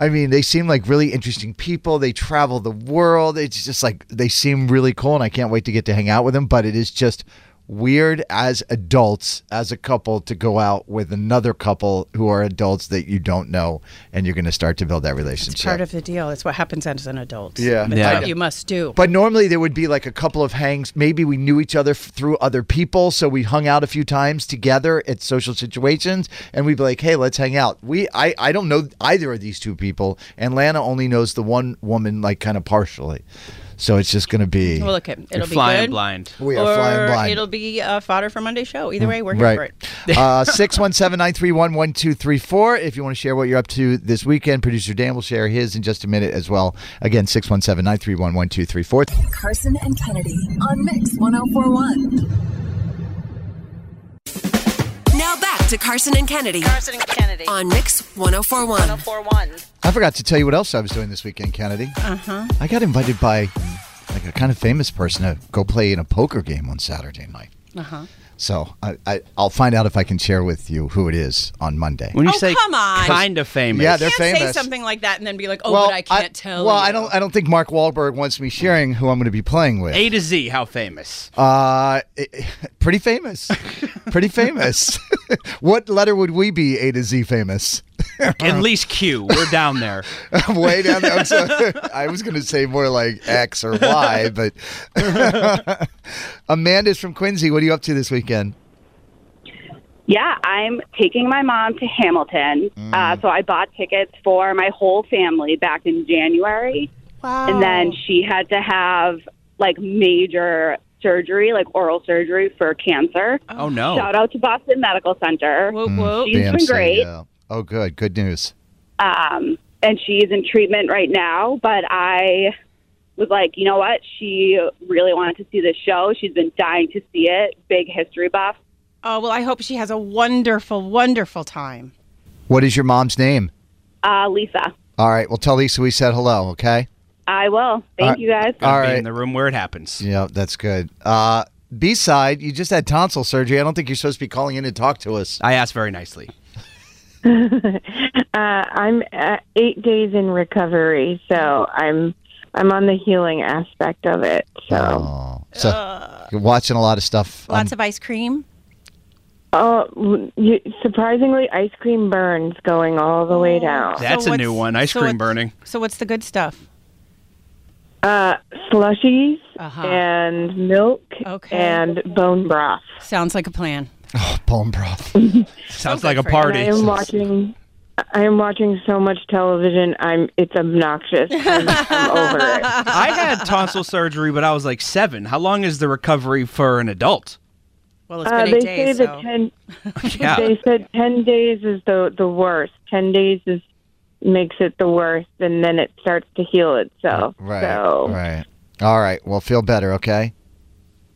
[SPEAKER 19] I mean, they seem like really interesting people. They travel the world. It's just like they seem really cool, and I can't wait to get to hang out with them. But it is just weird as adults, as a couple, to go out with another couple who are adults that you don't know, and you're going to start to build that relationship.
[SPEAKER 20] Part of the deal. It's what happens as an adult.
[SPEAKER 19] Yeah.
[SPEAKER 20] That's
[SPEAKER 19] Yeah.
[SPEAKER 20] what you must do.
[SPEAKER 19] But normally there would be like a couple of hangs. Maybe we knew each other f- through other people, so we hung out a few times together at social situations, and we'd be like, "Hey, let's hang out." We, I, I don't know either of these two people, and Lana only knows the one woman like kind of partially, so it's just gonna be.
[SPEAKER 20] Well, look, it, it'll be good,
[SPEAKER 19] We are
[SPEAKER 20] or
[SPEAKER 19] flying blind.
[SPEAKER 20] It'll be uh, fodder for Monday show. Either way, we're here
[SPEAKER 19] Right.
[SPEAKER 20] for it.
[SPEAKER 19] uh, 617-931-1234. If you want to share what you're up to this weekend, producer Dan will share his in just a minute as well. Again, 617-931-1234.
[SPEAKER 6] Carson and Kennedy on Mix 1041.
[SPEAKER 2] Now back to Carson and Kennedy. Carson and Kennedy. On Mix 1041. 1041.
[SPEAKER 19] I forgot to tell you what else I was doing this weekend, Kennedy.
[SPEAKER 2] Uh
[SPEAKER 20] Uh-huh.
[SPEAKER 2] huh.
[SPEAKER 19] I got invited by like a kind of famous person to go play in a poker game on Saturday night.
[SPEAKER 20] Uh huh.
[SPEAKER 19] So I, I, I'll find out if I can share with you who it is on Monday.
[SPEAKER 21] When you
[SPEAKER 20] Oh, say come on. kinda
[SPEAKER 21] famous.
[SPEAKER 19] yeah,
[SPEAKER 20] you
[SPEAKER 19] they're
[SPEAKER 20] can't say
[SPEAKER 19] famous.
[SPEAKER 20] something like that and then be like, oh,
[SPEAKER 19] well,
[SPEAKER 20] but I can't tell.
[SPEAKER 19] Well,
[SPEAKER 20] you.
[SPEAKER 19] I don't. I don't think Mark Wahlberg wants me sharing who I'm going to be playing with.
[SPEAKER 21] A to Z, how famous?
[SPEAKER 19] Uh, it- pretty famous. pretty famous. what letter would we be A to Z famous?
[SPEAKER 21] At least Q. We're down there.
[SPEAKER 19] I'm way down there. I'm so- I was going to say more like X or Y, but Amanda's from Quincy. What are you up to this weekend?
[SPEAKER 4] Yeah, I'm taking my mom to Hamilton. Uh, so I bought tickets for my whole family back in January. Wow. And then she had to have like major surgery, like oral surgery for cancer.
[SPEAKER 21] Oh, no.
[SPEAKER 4] Shout out to Boston Medical Center. Whoa, whoa. Oh, She's
[SPEAKER 19] Bam,
[SPEAKER 4] been
[SPEAKER 19] say
[SPEAKER 4] great.
[SPEAKER 19] yeah. Oh, good. Good news.
[SPEAKER 4] Um, and she's in treatment right now, but I was like, you know what? She really wanted to see this show. She's been dying to see it. Big history buff.
[SPEAKER 20] Oh, well, I hope she has a wonderful, wonderful time.
[SPEAKER 19] What is your mom's name?
[SPEAKER 4] Uh, Lisa,
[SPEAKER 19] All right. Well, tell Lisa we said hello, okay?
[SPEAKER 4] I will. Thank you guys.
[SPEAKER 19] All
[SPEAKER 21] Be
[SPEAKER 19] right.
[SPEAKER 21] in the room where it happens.
[SPEAKER 19] Yeah, that's good. Uh, B side, you just had tonsil surgery. I don't think you're supposed to be calling in to talk to us.
[SPEAKER 21] I asked very nicely.
[SPEAKER 5] uh, I'm uh, eight days in recovery, so I'm I'm on the healing aspect of it. So,
[SPEAKER 19] oh, so
[SPEAKER 4] Uh,
[SPEAKER 19] you're watching a lot of stuff. on-
[SPEAKER 21] Um,
[SPEAKER 20] Lots of ice cream.
[SPEAKER 5] oh, l- you, surprisingly, ice cream burns going all the way down.
[SPEAKER 21] That's a new one. Ice
[SPEAKER 20] Oh. so
[SPEAKER 21] cream
[SPEAKER 20] what's-
[SPEAKER 21] burning.
[SPEAKER 20] So, what's the good stuff?
[SPEAKER 5] Uh, slushies
[SPEAKER 20] Uh-huh.
[SPEAKER 5] and milk and bone broth.
[SPEAKER 20] Sounds like a plan.
[SPEAKER 19] bone broth.
[SPEAKER 21] Sounds like a
[SPEAKER 20] for you.
[SPEAKER 21] party.
[SPEAKER 5] I am watching. I am watching so much television. I'm. It's obnoxious. I'm, I'm over it.
[SPEAKER 21] I had tonsil surgery, but I was like seven. How long is the recovery for an adult?
[SPEAKER 20] Well,
[SPEAKER 5] Uh, they say the ten.
[SPEAKER 21] Yeah.
[SPEAKER 5] They said ten days is the the worst. Ten days is makes it the worst, and then it starts to heal itself.
[SPEAKER 19] Right.
[SPEAKER 5] So
[SPEAKER 19] Right. All right. Well, feel better, okay?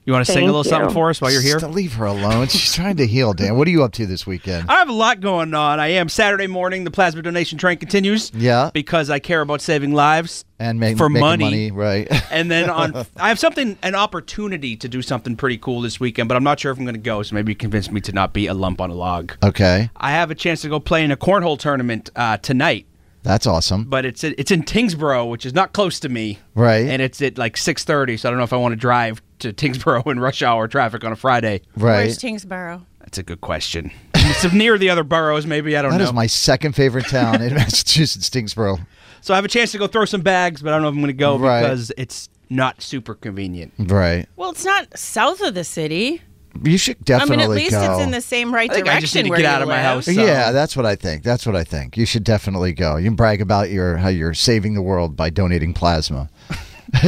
[SPEAKER 21] You want
[SPEAKER 5] sing a Thank little something you. for
[SPEAKER 21] us while you're here?
[SPEAKER 19] Just leave her alone. She's trying to heal, Dan. What are you up to this weekend?
[SPEAKER 21] I have a lot going on. I am Saturday morning. The plasma donation train continues.
[SPEAKER 19] Yeah.
[SPEAKER 21] because I care about saving lives
[SPEAKER 19] and make,
[SPEAKER 21] for
[SPEAKER 19] making
[SPEAKER 21] money.
[SPEAKER 19] Right.
[SPEAKER 21] And then on, I have something, an opportunity to do something pretty cool this weekend, but I'm not sure if I'm going to go. So maybe you convince me to not be a lump on a log.
[SPEAKER 19] okay.
[SPEAKER 21] I have a chance to go play in a cornhole tournament uh, tonight,
[SPEAKER 19] That's awesome.
[SPEAKER 21] but it's it's in Tingsboro, which is not close to me.
[SPEAKER 19] Right.
[SPEAKER 21] and it's at like 6:30, so I don't know if I want to drive to Tingsboro in rush hour traffic on a Friday.
[SPEAKER 19] Right.
[SPEAKER 20] Where's Tingsboro?
[SPEAKER 21] That's a good question. it's near the other boroughs, maybe I don't
[SPEAKER 19] That
[SPEAKER 21] know.
[SPEAKER 19] is my second favorite town in Massachusetts, Stingsboro.
[SPEAKER 21] So I have a chance to go throw some bags, but I don't know if I'm going to go
[SPEAKER 19] Right.
[SPEAKER 21] because it's not super convenient.
[SPEAKER 19] Right.
[SPEAKER 20] Well, it's not south of the city.
[SPEAKER 19] You should
[SPEAKER 20] I
[SPEAKER 19] definitely
[SPEAKER 20] mean, at least
[SPEAKER 19] go.
[SPEAKER 20] it's in the same right
[SPEAKER 21] I think
[SPEAKER 20] direction.
[SPEAKER 21] I just need to
[SPEAKER 20] where
[SPEAKER 21] get
[SPEAKER 20] you
[SPEAKER 21] out of my
[SPEAKER 20] live.
[SPEAKER 21] house. so-
[SPEAKER 19] Yeah, that's what I think. That's what I think. You should definitely go. You can brag about your how you're saving the world by donating plasma.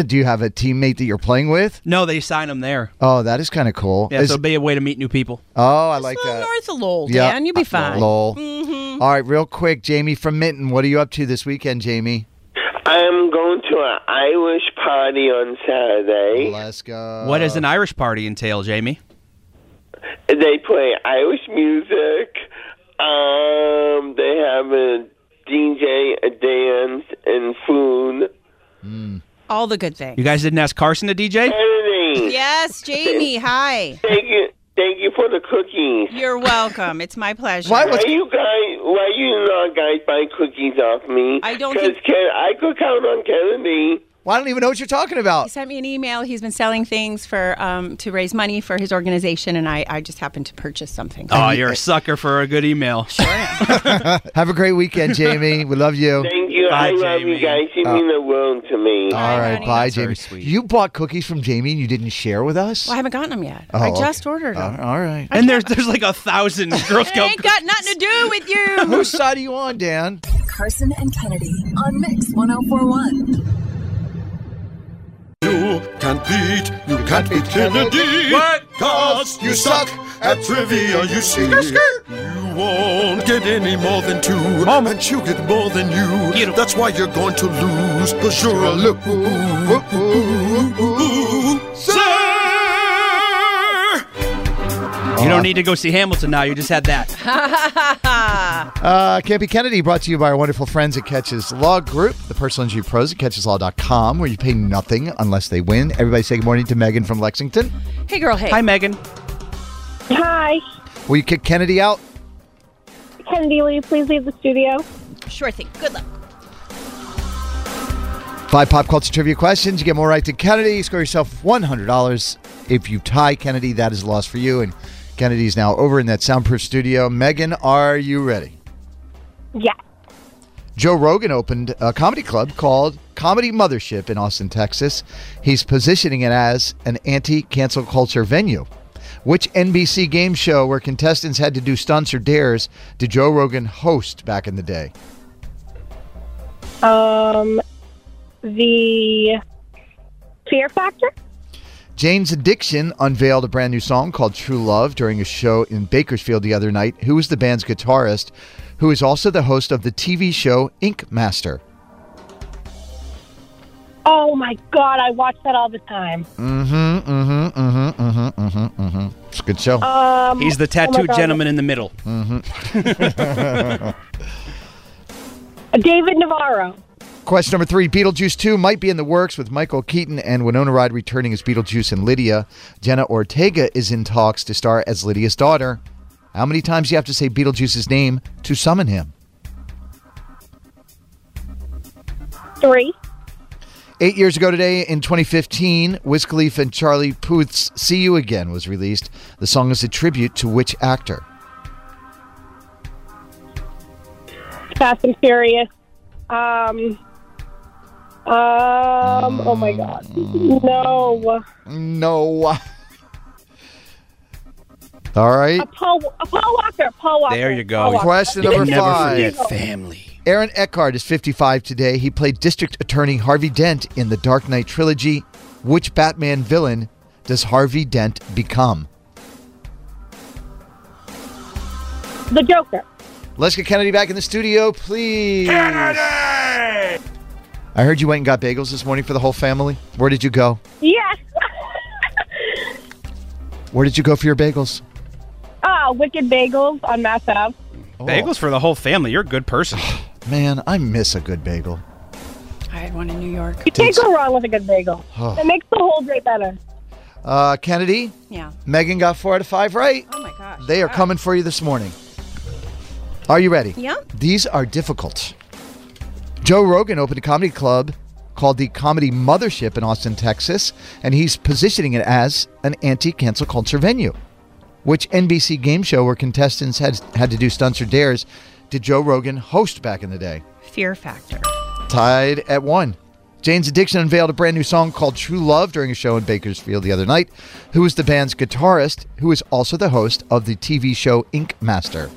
[SPEAKER 19] Do you have a teammate that you're playing with?
[SPEAKER 21] No, they sign them there.
[SPEAKER 19] Oh, that is kind of cool.
[SPEAKER 21] Yeah,
[SPEAKER 19] Is-
[SPEAKER 21] so it'll be a way to meet new people.
[SPEAKER 19] oh, I like that.
[SPEAKER 20] North of Lowell,
[SPEAKER 19] Yeah. Uh,
[SPEAKER 20] Dan. You'll be fine. Mm-hmm.
[SPEAKER 19] Lol. All right, real quick, Jamie from Minton. What are you up to this weekend, Jamie?
[SPEAKER 12] I'm going to an Irish party on Saturday.
[SPEAKER 19] Let's go.
[SPEAKER 21] what does an Irish party entail, Jamie?
[SPEAKER 12] They play Irish music. Um, they have a DJ, a dance, and food.
[SPEAKER 20] All the good things.
[SPEAKER 21] You guys didn't ask Carson to DJ?
[SPEAKER 12] Editing.
[SPEAKER 20] Yes, Jamie. Hi.
[SPEAKER 12] Thank you, thank you for the cookies.
[SPEAKER 20] You're welcome. It's my pleasure.
[SPEAKER 12] Why, you guys? Why you not guys buy cookies off me?
[SPEAKER 20] I don't
[SPEAKER 12] Because
[SPEAKER 20] think-
[SPEAKER 12] I could count on Kennedy.
[SPEAKER 19] Well, I don't even know what you're talking about.
[SPEAKER 20] He sent me an email. He's been selling things for um, to raise money for his organization, and I, I just happened to purchase something.
[SPEAKER 21] Oh, you're a sucker for a good email.
[SPEAKER 19] Have a great weekend, Jamie. We love you.
[SPEAKER 12] Thank you. I love you guys.
[SPEAKER 19] Oh.
[SPEAKER 12] You mean the world to me.
[SPEAKER 19] All right, bye,
[SPEAKER 21] That's very
[SPEAKER 19] Jamie. You bought cookies from Jamie and you didn't share with us?
[SPEAKER 20] Well, I haven't gotten them yet.
[SPEAKER 19] Oh,
[SPEAKER 20] I
[SPEAKER 19] okay.
[SPEAKER 20] just ordered them.
[SPEAKER 19] Uh, all right.
[SPEAKER 21] And there's there's like a thousand Girl
[SPEAKER 20] It
[SPEAKER 21] Scout.
[SPEAKER 20] ain't got nothing to do with you.
[SPEAKER 19] Whose side are you on, Dan?
[SPEAKER 6] Carson and Kennedy on Mix 1041.
[SPEAKER 13] You can't beat, you can't beat Kennedy. What? Cause you suck at trivia, you see. You won't get any more than two. Mom. And you get more than you. That's why you're going to lose. Cause you're a loser.
[SPEAKER 21] You don't need to go see Hamilton now. You just had that.
[SPEAKER 19] Uh, Campy Kennedy brought to you by our wonderful friends at Catches Law Group, the personal injury pros at catcheslaw.com, where you pay nothing unless they win. Everybody say good morning to Megan from Lexington.
[SPEAKER 20] hey, girl. Hey.
[SPEAKER 21] Hi, Megan.
[SPEAKER 15] Hi.
[SPEAKER 19] Will you kick Kennedy out?
[SPEAKER 15] Kennedy, will you please leave the studio?
[SPEAKER 20] Sure thing. Good luck.
[SPEAKER 19] Five pop culture trivia questions. You get more right to Kennedy. You score yourself $100. If you tie Kennedy, that is a loss for you. And Kennedy's now over in that soundproof studio. Megan, are you ready?
[SPEAKER 15] Yeah.
[SPEAKER 19] Joe Rogan opened a comedy club called Comedy Mothership in Austin, Texas. He's positioning it as an anti cancel culture venue. Which NBC game show where contestants had to do stunts or dares did Joe Rogan host back in the day?
[SPEAKER 15] Um, the Fear Factor?
[SPEAKER 19] Jane's Addiction unveiled a brand new song called True Love during a show in Bakersfield the other night. Who is the band's guitarist, who is also the host of the TV show Ink Master?
[SPEAKER 15] Oh my God, I watch that all the time.
[SPEAKER 19] Mm hmm, mm hmm, mm hmm, mm hmm, mm hmm, mm
[SPEAKER 9] mm-hmm,
[SPEAKER 19] hmm. It's a good show.
[SPEAKER 15] Um,
[SPEAKER 21] He's the
[SPEAKER 15] oh my
[SPEAKER 21] tattooed
[SPEAKER 15] God.
[SPEAKER 21] gentleman in the middle.
[SPEAKER 19] Mm-hmm.
[SPEAKER 15] David Navarro.
[SPEAKER 19] Question number three Beetlejuice 2 might be in the works with Michael Keaton and Winona Ryde returning as Beetlejuice and Lydia. Jenna Ortega is in talks to star as Lydia's daughter. How many times do you have to say Beetlejuice's name to summon him?
[SPEAKER 15] Three.
[SPEAKER 19] Eight years ago today, in 2015, Wiz Khalifa and Charlie Puth's See You Again was released. The song is a tribute to which actor?
[SPEAKER 15] Fast and Furious. Um, um, oh my God. No.
[SPEAKER 19] No. All right.
[SPEAKER 15] Paul, Paul Walker. Paul Walker.
[SPEAKER 19] There you go.
[SPEAKER 15] Paul Walker.
[SPEAKER 19] Question
[SPEAKER 15] You
[SPEAKER 19] number
[SPEAKER 15] can never
[SPEAKER 19] five.
[SPEAKER 15] forget
[SPEAKER 21] family.
[SPEAKER 19] Aaron Eckhart is 55 today. He played District Attorney Harvey Dent in the Dark Knight trilogy. Which Batman villain does Harvey Dent become?
[SPEAKER 15] The Joker.
[SPEAKER 19] Let's get Kennedy back in the studio, please. Kennedy! I heard you went and got bagels this morning for the whole family. Where did you go?
[SPEAKER 15] Yes.
[SPEAKER 19] Where did you go for your bagels?
[SPEAKER 15] Oh, Wicked Bagels on Mass Ave.
[SPEAKER 21] Bagels for the whole family. You're a good person.
[SPEAKER 19] Man, I miss a good bagel.
[SPEAKER 20] I had one in New York.
[SPEAKER 15] You can't go wrong with a good bagel.
[SPEAKER 19] Oh.
[SPEAKER 15] It makes the whole day better.
[SPEAKER 19] Uh, Kennedy?
[SPEAKER 15] Yeah.
[SPEAKER 19] Megan got four out of five right. Oh my gosh. They are coming for you this morning. Are you ready?
[SPEAKER 20] Yeah.
[SPEAKER 19] These are difficult. Joe Rogan opened a comedy club called the Comedy Mothership in Austin, Texas, and he's positioning it as an anti cancel culture venue. Which NBC game show where contestants had, had to do stunts or dares did Joe Rogan host back in the day?
[SPEAKER 20] Fear Factor.
[SPEAKER 19] Tied at one. Jane's Addiction unveiled a brand new song called True Love during a show in Bakersfield the other night. Who is the band's guitarist, who is also the host of the TV show Ink Master?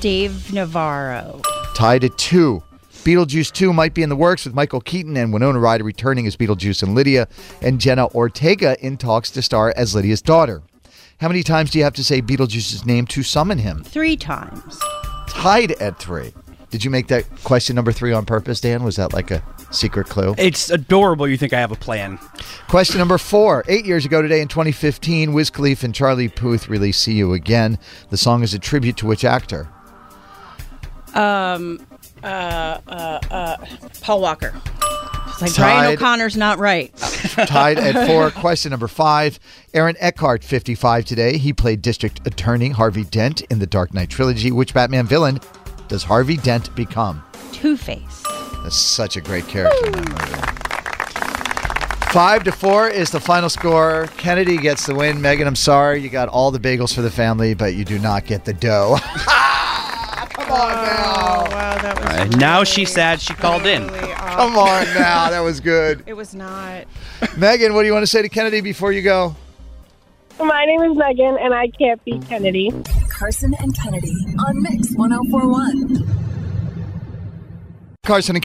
[SPEAKER 20] Dave Navarro.
[SPEAKER 19] Tied at two. Beetlejuice 2 might be in the works with Michael Keaton and Winona Ryder returning as Beetlejuice and Lydia, and Jenna Ortega in talks to star as Lydia's daughter. How many times do you have to say Beetlejuice's name to summon him?
[SPEAKER 20] Three times.
[SPEAKER 19] Tied at three. Did you make that question number three on purpose, Dan? Was that like a secret clue?
[SPEAKER 21] It's adorable you think I have a plan.
[SPEAKER 19] Question number four. Eight years ago today in 2015, Wiz Khalifa and Charlie Puth released See You Again. The song is a tribute to which actor?
[SPEAKER 20] Um, uh, uh, uh, Paul Walker. It's like Brian
[SPEAKER 19] Tied-
[SPEAKER 20] O'Connor's not right.
[SPEAKER 19] Tied at four. Question number five. Aaron Eckhart, 55 today. He played District Attorney Harvey Dent in the Dark Knight trilogy. Which Batman villain does Harvey Dent become?
[SPEAKER 20] Two Face.
[SPEAKER 19] That's such a great character. in that movie. Five to four is the final score. Kennedy gets the win. Megan, I'm sorry you got all the bagels for the family, but you do not get the dough. Come on now.
[SPEAKER 20] wow, that was.
[SPEAKER 21] Uh, now she's sad she called in.
[SPEAKER 19] Come on now, that was good.
[SPEAKER 20] uh, It was not.
[SPEAKER 19] Megan, what do you want to say to Kennedy before you go?
[SPEAKER 15] My name is Megan, and I can't
[SPEAKER 20] Mm.
[SPEAKER 15] beat Kennedy.
[SPEAKER 6] Carson and Kennedy on Mix 1041.
[SPEAKER 19] Carson and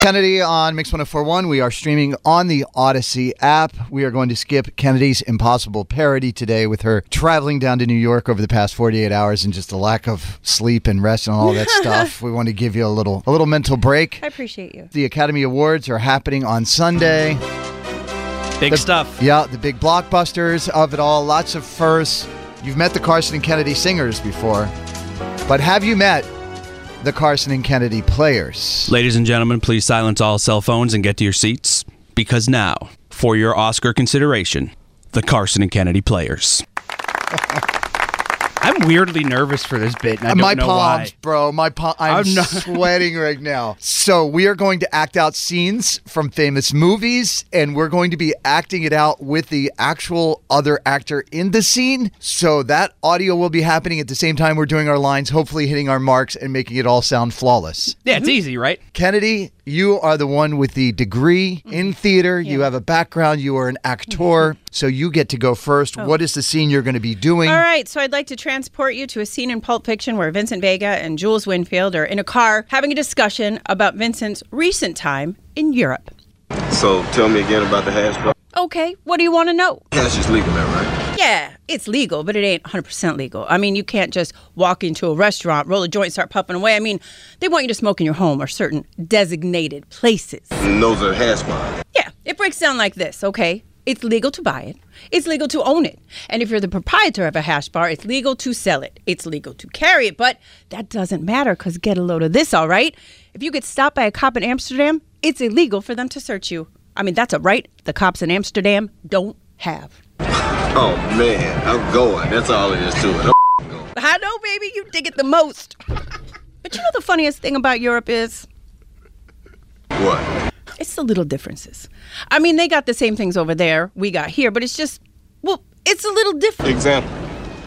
[SPEAKER 19] Kennedy on Mix 1041. We are streaming on the Odyssey app. We are going to skip Kennedy's impossible parody today with her traveling down to New York over the past 48 hours and just the lack of sleep and rest and all that stuff. We want to give you a little a little mental break.
[SPEAKER 20] I appreciate you.
[SPEAKER 19] The Academy Awards are happening on Sunday.
[SPEAKER 21] Big stuff.
[SPEAKER 19] Yeah, the big blockbusters of it all. Lots of firsts. You've met the Carson and Kennedy singers before, but have you met the Carson and Kennedy players?
[SPEAKER 21] Ladies and gentlemen, please silence all cell phones and get to your seats because now, for your Oscar consideration, the Carson and Kennedy players. I'm weirdly nervous for this bit, and I don't
[SPEAKER 19] my
[SPEAKER 21] know
[SPEAKER 19] palms, bro. My palms. I'm,
[SPEAKER 21] I'm not-
[SPEAKER 19] sweating right now. So we are going to act out scenes from famous movies, and we're going to be acting it out with the actual other actor in the scene. So that audio will be happening at the same time we're doing our lines, hopefully hitting our marks and making it all sound flawless.
[SPEAKER 21] why. Yeah, it's easy, right?
[SPEAKER 19] Kennedy, you are the one with the degree in theater. You have a background. You are an actor, so you get to go first.
[SPEAKER 20] Oh.
[SPEAKER 19] What is the scene you're going to be doing?
[SPEAKER 20] All right, so I'd like to transport you to a scene in Pulp Fiction where Vincent Vega and Jules Winfield are in a car having a discussion about Vincent's recent time in Europe.
[SPEAKER 7] So tell me again about the hash brown.
[SPEAKER 20] Okay, what do you want to know?
[SPEAKER 7] That's just legal, that right?
[SPEAKER 20] Yeah, it's legal, but it ain't 100% legal. I mean, you can't just walk into a restaurant, roll a joint, start puffing away. I mean, they want you to smoke in your home or certain designated places.
[SPEAKER 7] And those are hash browns.
[SPEAKER 20] Yeah, it breaks down like this, okay? It's legal to buy it. It's legal to own it. And if you're the proprietor of a hash bar, it's legal to sell it. It's legal to carry it. But that doesn't matter because get a load of this, all right? If you get stopped by a cop in Amsterdam, it's illegal for them to search you. I mean, that's a right the cops in Amsterdam don't have.
[SPEAKER 7] Oh man, I'm going. That's all it is to it.
[SPEAKER 20] I know, baby, you dig it the most. But you know the funniest thing about Europe is?
[SPEAKER 7] What?
[SPEAKER 20] It's the little differences. I mean, they got the same things over there we got here, but it's just, well, it's a little different.
[SPEAKER 7] Example.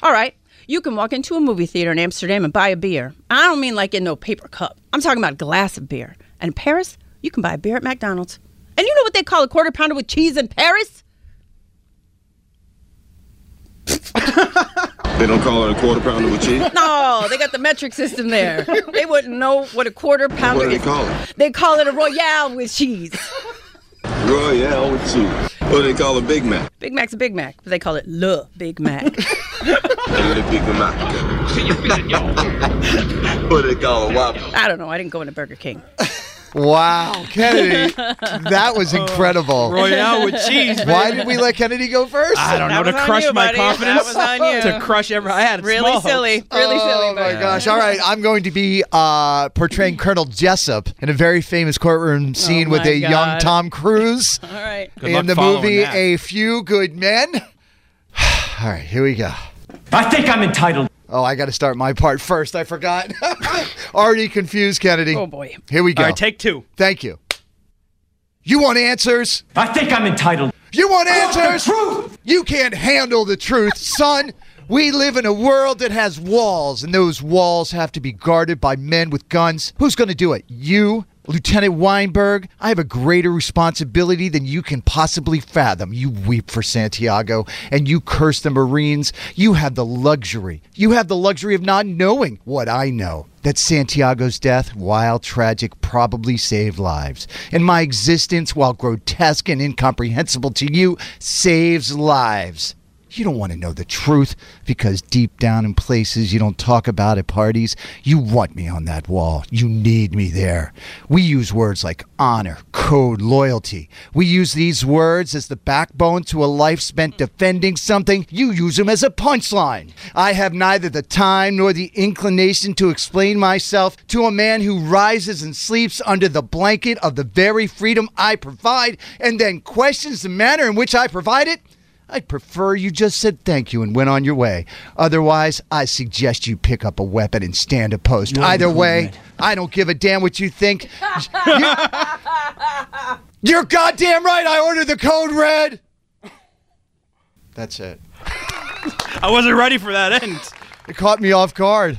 [SPEAKER 20] All right, you can walk into a movie theater in Amsterdam and buy a beer. I don't mean like in no paper cup. I'm talking about a glass of beer. And in Paris, you can buy a beer at McDonald's. And you know what they call a quarter pounder with cheese in Paris?
[SPEAKER 7] They don't call it a quarter pounder with cheese.
[SPEAKER 20] No, they got the metric system there. They wouldn't know what a quarter pounder
[SPEAKER 7] What do they
[SPEAKER 20] is.
[SPEAKER 7] call it?
[SPEAKER 20] They call it a royale with cheese.
[SPEAKER 7] Royale with cheese. What do they call a Big Mac?
[SPEAKER 20] Big Mac's a Big Mac, but they call it Le Big Mac.
[SPEAKER 7] A little Big Mac. what do they call a Whopper?
[SPEAKER 20] I don't know. I didn't go into Burger King.
[SPEAKER 19] Wow, Kennedy, that was incredible.
[SPEAKER 20] Oh, Royale with cheese, baby.
[SPEAKER 19] Why did we let Kennedy go first?
[SPEAKER 20] I don't know, That to was on crush you, my buddy. confidence, That was on you. to
[SPEAKER 21] crush every. I had
[SPEAKER 20] Really small silly. hopes. Really silly,
[SPEAKER 19] Oh my
[SPEAKER 20] buddy.
[SPEAKER 19] gosh! All right, I'm going to be uh, portraying Colonel Jessup in a very famous courtroom scene with
[SPEAKER 20] Oh my
[SPEAKER 19] a young
[SPEAKER 20] God.
[SPEAKER 19] Tom Cruise. All
[SPEAKER 20] right.
[SPEAKER 21] Good
[SPEAKER 19] in
[SPEAKER 21] luck
[SPEAKER 19] the
[SPEAKER 21] following
[SPEAKER 19] movie
[SPEAKER 21] that.
[SPEAKER 19] A Few Good Men. All right, here we go.
[SPEAKER 8] I think I'm entitled.
[SPEAKER 19] Oh, I got to start my part first. I forgot. Already confused, Kennedy.
[SPEAKER 8] Oh, boy.
[SPEAKER 19] Here we go.
[SPEAKER 8] All right, take
[SPEAKER 21] two.
[SPEAKER 19] Thank you. You want answers?
[SPEAKER 8] I think I'm entitled.
[SPEAKER 19] You want answers? You can't handle the truth, son. We live in a world that has walls, and those walls have to be guarded by men with guns. Who's going to do it? You, Lieutenant Weinberg? I have a greater responsibility than you can possibly fathom. You weep for Santiago, and you curse the Marines. You have the luxury. You have the luxury of not knowing what I know that Santiago's death, while tragic, probably saved lives. And my existence, while grotesque and incomprehensible to you, saves lives. You don't want to know the truth because deep down in places you don't talk about at parties, you want me on that wall. You need me there. We use words like honor, code, loyalty. We use these words as the backbone to a life spent defending something. You use them as a punchline. I have neither the time nor the inclination to explain myself to a man who rises and sleeps under the blanket of the very freedom I provide and then questions the manner in which I provide it. I'd prefer you just said thank you and went on your way. Otherwise, I suggest you pick up a weapon and stand a post.
[SPEAKER 8] No,
[SPEAKER 19] Either
[SPEAKER 8] you
[SPEAKER 19] way,
[SPEAKER 8] wouldn't.
[SPEAKER 19] I don't give a damn what you think. You- You're goddamn right. I ordered the code red. That's it.
[SPEAKER 21] I wasn't ready for that end.
[SPEAKER 19] It caught me off guard.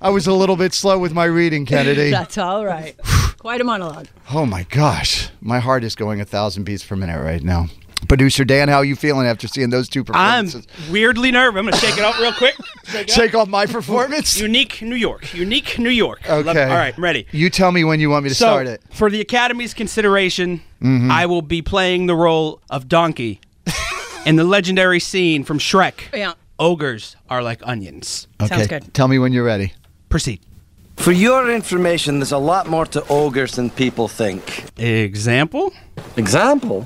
[SPEAKER 19] I was a little bit slow with my reading, Kennedy.
[SPEAKER 20] That's all right. Quite a monologue.
[SPEAKER 19] Oh my gosh, my heart is going a thousand beats per minute right now. Producer Dan, how are you feeling after seeing those two
[SPEAKER 21] I'm
[SPEAKER 19] performances?
[SPEAKER 21] weirdly nervous. I'm going to shake it off real quick. Shake,
[SPEAKER 19] Shake off my performance?
[SPEAKER 21] Unique New York. Unique New York. I love it.
[SPEAKER 19] okay.
[SPEAKER 21] All right, I'm ready.
[SPEAKER 19] You tell me when you want me to
[SPEAKER 21] so,
[SPEAKER 19] start it.
[SPEAKER 21] for the Academy's consideration,
[SPEAKER 19] Mhm.
[SPEAKER 21] I will be playing the role of Donkey in the legendary scene from Shrek.
[SPEAKER 20] Yeah.
[SPEAKER 21] Ogres are like onions.
[SPEAKER 19] okay. Tell me when you're ready.
[SPEAKER 21] Proceed.
[SPEAKER 9] For your information, there's a lot more to ogres than people think.
[SPEAKER 21] Example?
[SPEAKER 9] Example?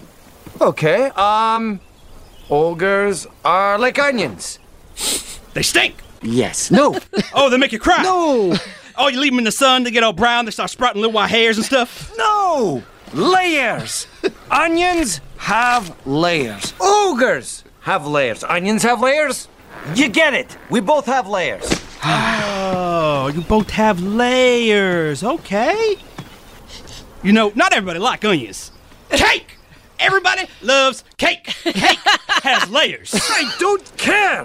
[SPEAKER 9] Okay, um. Ogres are like onions.
[SPEAKER 21] They stink!
[SPEAKER 9] Yes. No!
[SPEAKER 21] Oh, they make you cry.
[SPEAKER 9] No.
[SPEAKER 21] Oh, you leave them in the sun, they get all brown, they start sprouting little white hairs and stuff.
[SPEAKER 9] No! Layers! onions have layers. Ogres have layers. Onions have layers? You get it! We both have layers.
[SPEAKER 21] Oh, you both have layers. Okay. You know, not everybody like onions. Cake! Everybody loves cake. Cake has layers.
[SPEAKER 9] I don't care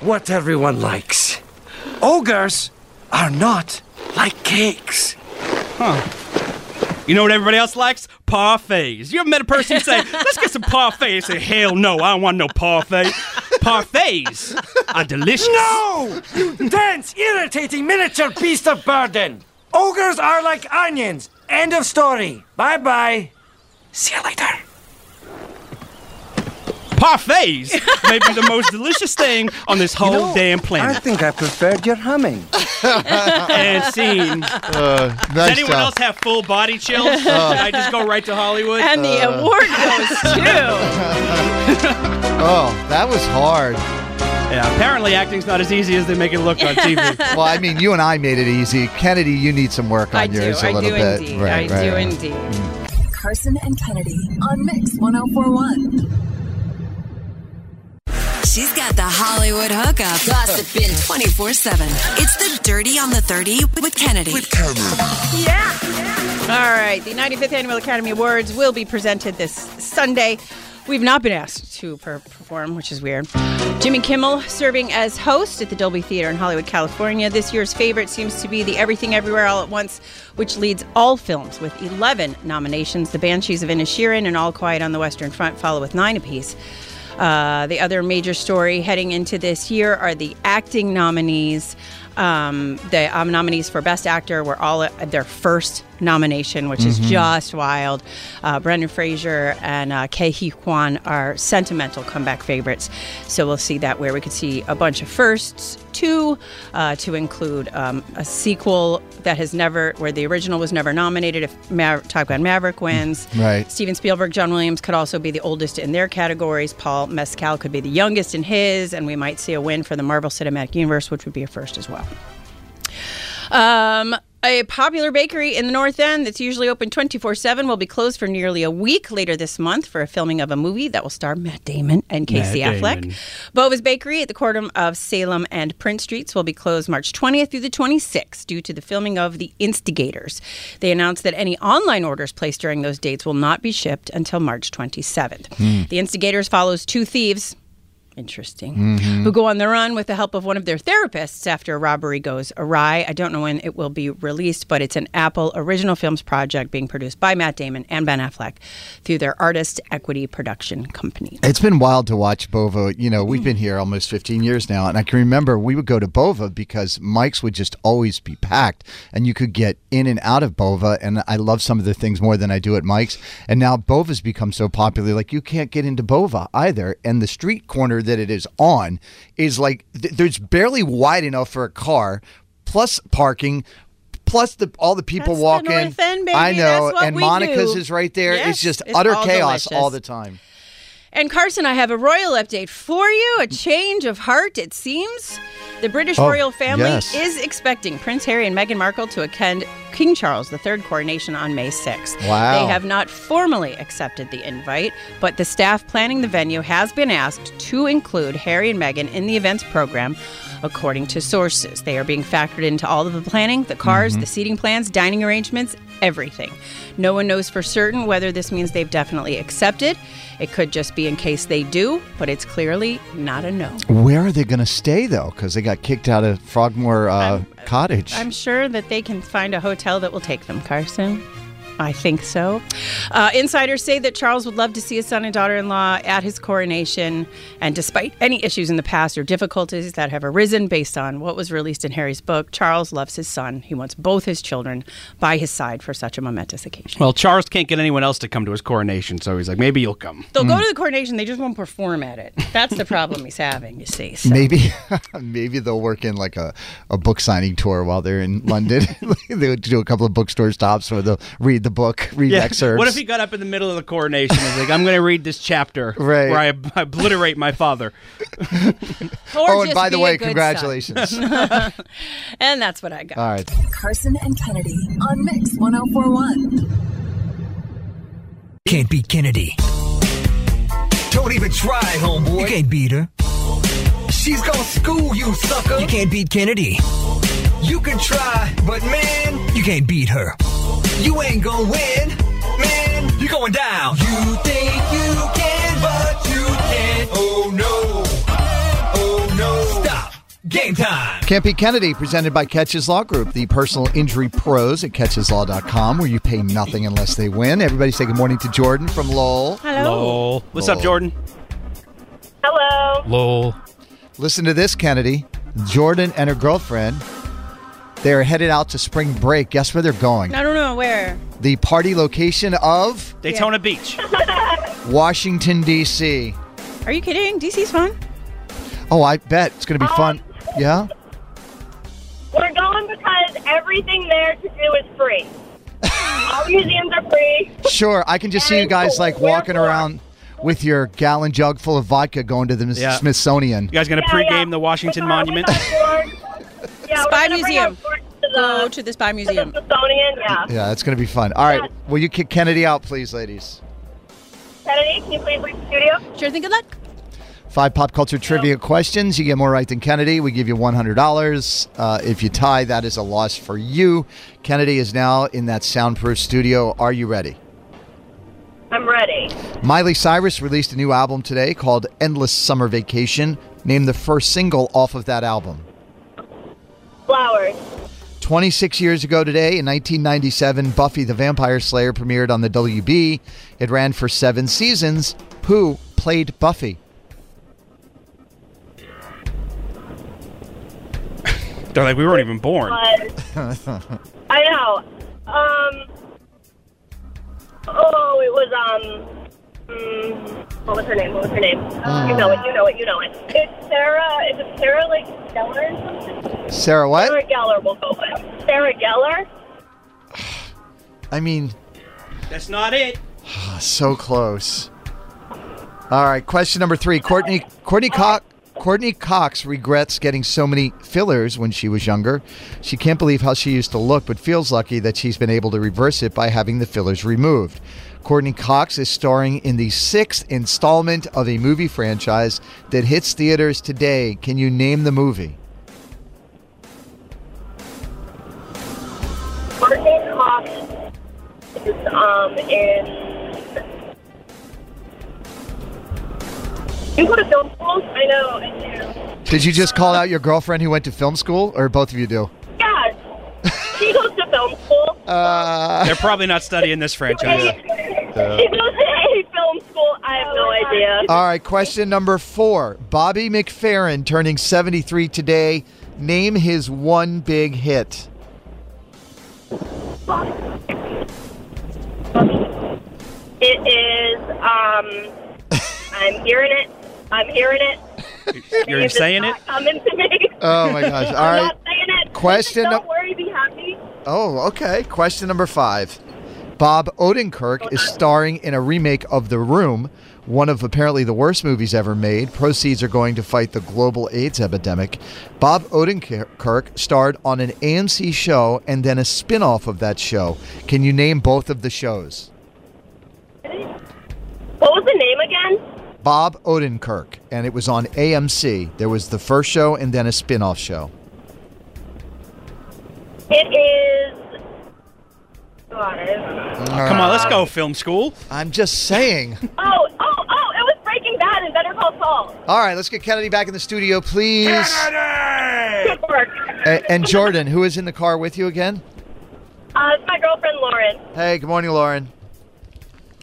[SPEAKER 9] what everyone likes. Ogres are not like cakes.
[SPEAKER 21] Huh. You know what everybody else likes? Parfaits. You ever met a person say, let's get some parfaits? They say, hell no, I don't want no parfait. Parfaits are delicious.
[SPEAKER 9] No! You dense, irritating miniature beast of burden! Ogres are like onions! End of story. Bye bye. See you later.
[SPEAKER 21] Parfaits may be the most delicious thing on this whole damn planet.
[SPEAKER 9] I think I preferred your humming.
[SPEAKER 21] and scene.
[SPEAKER 19] Uh,
[SPEAKER 21] Does anyone else have full body chills? Should I just go right to Hollywood?
[SPEAKER 20] And the
[SPEAKER 21] Uh.
[SPEAKER 20] award goes to.
[SPEAKER 19] Oh, that was hard.
[SPEAKER 21] Yeah, apparently acting's not as easy as they make it look on TV.
[SPEAKER 19] well, I mean, you and I made it easy. Kennedy, you need some work on
[SPEAKER 20] I do,
[SPEAKER 19] yours a
[SPEAKER 20] I
[SPEAKER 19] little
[SPEAKER 20] do
[SPEAKER 19] bit.
[SPEAKER 20] indeed.
[SPEAKER 19] Right,
[SPEAKER 20] I
[SPEAKER 19] right,
[SPEAKER 20] do
[SPEAKER 19] right.
[SPEAKER 20] indeed.
[SPEAKER 6] Carson and Kennedy on Mix 1041.
[SPEAKER 2] She's got the Hollywood hookup. Gossiping 24 7. It's the Dirty on the 30 with Kennedy. With Kennedy.
[SPEAKER 20] Yeah. All right. The 95th Annual Academy Awards will be presented this Sunday. We've not been asked to per- perform, which is weird. Jimmy Kimmel serving as host at the Dolby Theater in Hollywood, California. This year's favorite seems to be the Everything Everywhere All at Once, which leads all films with 11 nominations. The Banshees of Inishirin and All Quiet on the Western Front follow with nine apiece. Uh, the other major story heading into this year are the acting nominees. Um, the um, nominees for Best Actor were all at their first nomination, which is
[SPEAKER 10] Mhm.
[SPEAKER 20] just wild. Uh, Brendan Fraser and uh, Kei Hee Kwan are sentimental comeback favorites. So we'll see that where we could see a bunch of firsts, two, uh, to include um, a sequel that has never, where the original was never nominated if Maver- Top Gun Maverick wins.
[SPEAKER 9] Mm,
[SPEAKER 10] Right.
[SPEAKER 20] Steven Spielberg, John Williams could also be the oldest in their categories. Paul Mescal could be the youngest in his, and we might see a win for the Marvel Cinematic Universe, which would be a first as well. Um, a popular bakery in the North End that's usually open 24 7 will be closed for nearly a week later this month for a filming of a movie that will star Matt Damon and Casey
[SPEAKER 17] Matt
[SPEAKER 20] Affleck.
[SPEAKER 17] Damon.
[SPEAKER 20] Bova's Bakery at the corner of Salem and Prince Streets will be closed March 20th through the 26th due to the filming of The Instigators. They announced that any online orders placed during those dates will not be shipped until March 27th.
[SPEAKER 10] Hmm.
[SPEAKER 20] The Instigators follows two thieves. Interesting.
[SPEAKER 10] Mhm.
[SPEAKER 20] Who go on the run with the help of one of their therapists after a robbery goes awry. I don't know when it will be released, but it's an Apple Original Films project being produced by Matt Damon and Ben Affleck through their Artist Equity Production Company.
[SPEAKER 19] It's been wild to watch Bova. You know,
[SPEAKER 20] Mm.
[SPEAKER 19] we've been here almost 15 years now, and I can remember we would go to Bova because Mike's would just always be packed, and you could get in and out of Bova. And I love some of the things more than I do at Mike's. And now Bova's become so popular, like you can't get into Bova either. And the street corner that it is on is like th- there's barely wide enough for a car, plus parking. Plus the all the people walking.
[SPEAKER 20] North End, baby.
[SPEAKER 19] I know,
[SPEAKER 20] That's what
[SPEAKER 19] and
[SPEAKER 20] we
[SPEAKER 19] Monica's
[SPEAKER 20] do.
[SPEAKER 19] is right there.
[SPEAKER 20] Yes,
[SPEAKER 19] it's just
[SPEAKER 20] it's
[SPEAKER 19] utter
[SPEAKER 20] all
[SPEAKER 19] chaos
[SPEAKER 20] delicious.
[SPEAKER 19] all the time.
[SPEAKER 20] And Carson, I have a royal update for you. A change of heart, it seems. The British
[SPEAKER 10] Oh,
[SPEAKER 20] royal family
[SPEAKER 10] yes.
[SPEAKER 20] is expecting Prince Harry and Meghan Markle to attend King Charles III coronation on May 6th.
[SPEAKER 10] Wow.
[SPEAKER 20] They have not formally accepted the invite, but the staff planning the venue has been asked to include Harry and Meghan in the events program. According to sources, they are being factored into all of the planning, the cars,
[SPEAKER 10] Mhm.
[SPEAKER 20] the seating plans, dining arrangements, everything. No one knows for certain whether this means they've definitely accepted. It could just be in case they do, but it's clearly not a no.
[SPEAKER 19] Where are they going to stay though? Because they got kicked out of Frogmore uh, Cottage.
[SPEAKER 20] I'm sure that they can find a hotel that will take them, Carson. I think so. Uh, insiders say that Charles would love to see his son and daughter in law at his coronation. And despite any issues in the past or difficulties that have arisen based on what was released in Harry's book, Charles loves his son. He wants both his children by his side for such a momentous occasion.
[SPEAKER 10] Well, Charles can't get anyone else to come to his coronation, so he's like, maybe you'll come.
[SPEAKER 20] They'll
[SPEAKER 21] Hmm.
[SPEAKER 19] Mm.
[SPEAKER 20] go to the coronation, they just won't perform at it. That's the problem he's having, you see.
[SPEAKER 19] Maybe, maybe they'll work in like a, a book signing tour while they're in London. they would do a couple of bookstore stops where they'll read the book, read excerpts.
[SPEAKER 10] What if he got up in the middle of the coronation and was like, I'm going to read this chapter
[SPEAKER 19] Right.
[SPEAKER 10] where I ob- obliterate my father?
[SPEAKER 19] Or Oh, and just by the be a way, good son. congratulations.
[SPEAKER 20] and that's what I got.
[SPEAKER 19] All right.
[SPEAKER 6] Carson and Kennedy on Mix 1041.
[SPEAKER 22] Can't beat Kennedy. Don't even try, homeboy. You can't beat her. She's gonna school you, sucker. You can't beat Kennedy. You can try, but man, you can't beat her. You ain't gonna win, man. You're going down. You think you can, but you can't. Oh no. Oh no. Stop. Game time.
[SPEAKER 19] Campy Kennedy, presented by Catches Law Group, the personal injury pros at catcheslaw.com, where you pay nothing unless they win. Everybody say good morning to Jordan from Lowell.
[SPEAKER 10] Lol. What's up,
[SPEAKER 19] Lol.
[SPEAKER 10] Jordan?
[SPEAKER 15] Hello.
[SPEAKER 10] Lol.
[SPEAKER 19] Listen to this, Kennedy. Jordan and her girlfriend, they are headed out to spring break. Guess where they're going?
[SPEAKER 20] I don't know where.
[SPEAKER 19] The party location of
[SPEAKER 10] Daytona Beach.
[SPEAKER 19] Washington, D.C.
[SPEAKER 20] Are you kidding? DC's fun.
[SPEAKER 19] Oh, I bet it's going to be fun. Yeah?
[SPEAKER 15] We're going because everything there to do is free. All museums are free.
[SPEAKER 19] Sure. I can just see you guys like walking around with your gallon jug full of vodka going to the
[SPEAKER 10] Yeah.
[SPEAKER 19] Smithsonian.
[SPEAKER 10] You guys going to pregame the Washington Monument?
[SPEAKER 20] Spy Museum. Go to the Spy Museum.
[SPEAKER 15] Smithsonian, yeah.
[SPEAKER 19] Yeah, that's going to be fun. All right. Will you kick Kennedy out, please, ladies?
[SPEAKER 15] Kennedy, can you please leave the studio?
[SPEAKER 20] Sure thing. Good luck.
[SPEAKER 19] Five pop culture trivia questions. You get more right than Kennedy. We give you $100. Uh, if you tie, that is a loss for you. Kennedy is now in that soundproof studio. Are you ready?
[SPEAKER 15] I'm ready.
[SPEAKER 19] Miley Cyrus released a new album today called Endless Summer Vacation. Name the first single off of that album.
[SPEAKER 15] Flowers.
[SPEAKER 19] 26 years ago today, in 1997, Buffy the Vampire Slayer premiered on the WB. It ran for seven seasons. Who played Buffy?
[SPEAKER 10] They're like, we weren't even born.
[SPEAKER 15] I know. Um. Oh, it was um. mm, what was her name? What was her name? You know it. You know it. You know it. It's Sarah. Is it Sarah like Geller or something?
[SPEAKER 19] Sarah what?
[SPEAKER 15] Sarah Geller. We'll go with Sarah Geller.
[SPEAKER 19] I mean,
[SPEAKER 10] That's not it.
[SPEAKER 19] ah, so close. All right, question number three. Courtney Courtney Cox Courtney Cox regrets getting so many fillers when she was younger. She can't believe how she used to look, but feels lucky that she's been able to reverse it by having the fillers removed. Courtney Cox is starring in the sixth installment of a movie franchise that hits theaters today. Can you name the movie?
[SPEAKER 15] Courtney Cox is um in. You go to film schools? I know. I do.
[SPEAKER 19] Did you just call out your girlfriend who went to film school, or both of you do?
[SPEAKER 15] Yeah. She goes to film school.
[SPEAKER 19] Uh,
[SPEAKER 10] They're probably not studying this franchise.
[SPEAKER 15] She goes to any film school. I have no idea.
[SPEAKER 19] All right, question number four. Bobby McFerrin turning 73 today. Name his one big hit.
[SPEAKER 15] It is. Um, I'm hearing it. I'm hearing it.
[SPEAKER 10] You're
[SPEAKER 15] It's
[SPEAKER 10] saying
[SPEAKER 15] not
[SPEAKER 10] it?
[SPEAKER 15] Coming to me.
[SPEAKER 19] Oh my gosh. All
[SPEAKER 15] I'm
[SPEAKER 19] right.
[SPEAKER 15] not saying it.
[SPEAKER 19] Question
[SPEAKER 15] Don't
[SPEAKER 19] num-
[SPEAKER 15] worry. Be happy.
[SPEAKER 19] Oh, okay. Question number five. Bob Odenkirk is starring in a remake of The Room, one of apparently the worst movies ever made. Proceeds are going to fight the global AIDS epidemic. Bob Odenkirk starred on an AMC show and then a spin off of that show. Can you name both of the shows?
[SPEAKER 15] What was the name again?
[SPEAKER 19] Bob Odenkirk, and it was on AMC. There was the first show and then a spin off show.
[SPEAKER 15] It is. God, I don't know.
[SPEAKER 10] Come on, let's go, film school.
[SPEAKER 19] I'm just saying.
[SPEAKER 15] Oh, oh, oh! It was Breaking Bad and Better Call Saul.
[SPEAKER 19] All right, let's get Kennedy back in the studio, please.
[SPEAKER 15] Good work.
[SPEAKER 19] A- and Jordan, who is in the car with you again?
[SPEAKER 15] Uh, it's my girlfriend Lauren. Lauren.
[SPEAKER 19] Hey, good morning, Lauren.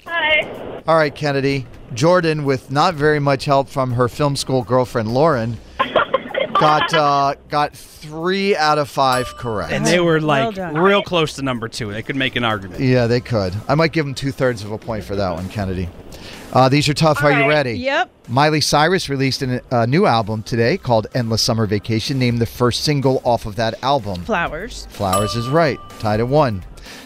[SPEAKER 15] Hi.
[SPEAKER 19] All right, Kennedy. Jordan, with not very much help from her film school girlfriend Lauren, got uh, got three out of five correct.
[SPEAKER 10] And they were like real close to number two. They could make an argument.
[SPEAKER 19] Yeah, they could. I might give them two thirds of a point for that one, Kennedy. Uh, these are tough. Are you ready?
[SPEAKER 20] Yep.
[SPEAKER 19] Miley Cyrus released an, a new album today called Endless Summer Vacation, named the first single off of that album.
[SPEAKER 20] Flowers.
[SPEAKER 19] Flowers is right, tied at one.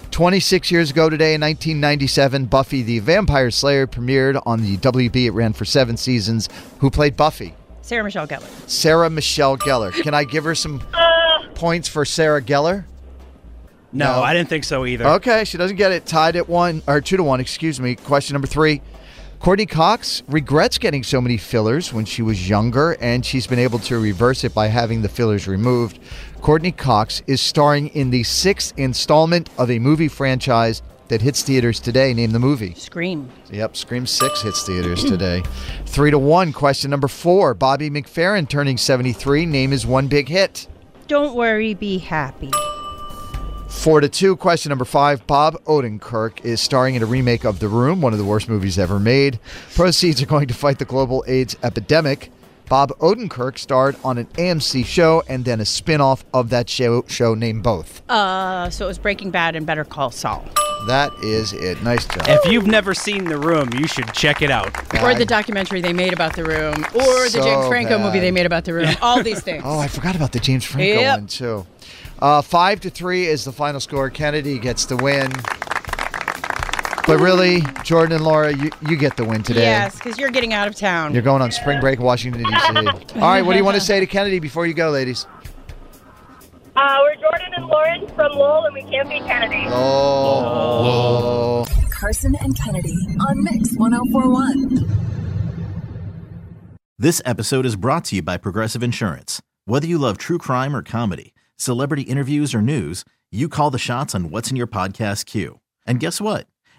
[SPEAKER 19] 26 years ago today in 1997, Buffy the Vampire Slayer premiered on the WB. It ran for seven seasons. Who played Buffy?
[SPEAKER 20] Sarah Michelle Gellar.
[SPEAKER 19] Sarah Michelle Gellar. Can I give her some points for Sarah Gellar?
[SPEAKER 10] Uh, No, I didn't think so either.
[SPEAKER 19] Okay, she doesn't get it. Tied at one or two to one. Excuse me. Question number three. Courtney Cox regrets getting so many fillers when she was younger, and she's been able to reverse it by having the fillers removed. Courtney Cox is starring in the sixth installment of a movie franchise that hits theaters today. Name the movie.
[SPEAKER 20] Scream.
[SPEAKER 19] Yep, Scream 6 hits theaters today. Three to one. Question number four. Bobby McFerrin turning 73. Name is one big hit.
[SPEAKER 20] Don't worry, be happy.
[SPEAKER 19] Four to two. Question number five. Bob Odenkirk is starring in a remake of The Room, one of the worst movies ever made. Proceeds are going to fight the global AIDS epidemic. Bob Odenkirk starred on an AMC show and then a spin off of that show, show named Both.
[SPEAKER 20] Uh, so it was Breaking Bad and Better Call Saul,
[SPEAKER 19] That is it. Nice job.
[SPEAKER 10] If you've never seen The Room, you should check it out.
[SPEAKER 20] or the documentary they made about the room, or the
[SPEAKER 19] So
[SPEAKER 20] James Franco movie
[SPEAKER 19] bad.
[SPEAKER 20] they made about the room. All these things.
[SPEAKER 19] Oh, I forgot about the James Franco
[SPEAKER 20] Yep.
[SPEAKER 19] one too. Uh, five to three is the final score. Kennedy gets the win. But really, Jordan and Laura, you, you get the win today.
[SPEAKER 20] Yes, because you're getting out of town.
[SPEAKER 19] You're going on spring break, Washington D.C. All right, what do you want to say to Kennedy before you go, ladies?
[SPEAKER 15] Uh, we're Jordan and Lauren from Lowell, and we can't be Kennedy.
[SPEAKER 19] Oh,
[SPEAKER 6] Carson and Kennedy on Mix 1041.
[SPEAKER 24] This episode is brought to you by Progressive Insurance. Whether you love true crime or comedy, celebrity interviews or news, you call the shots on what's in your podcast queue. And guess what?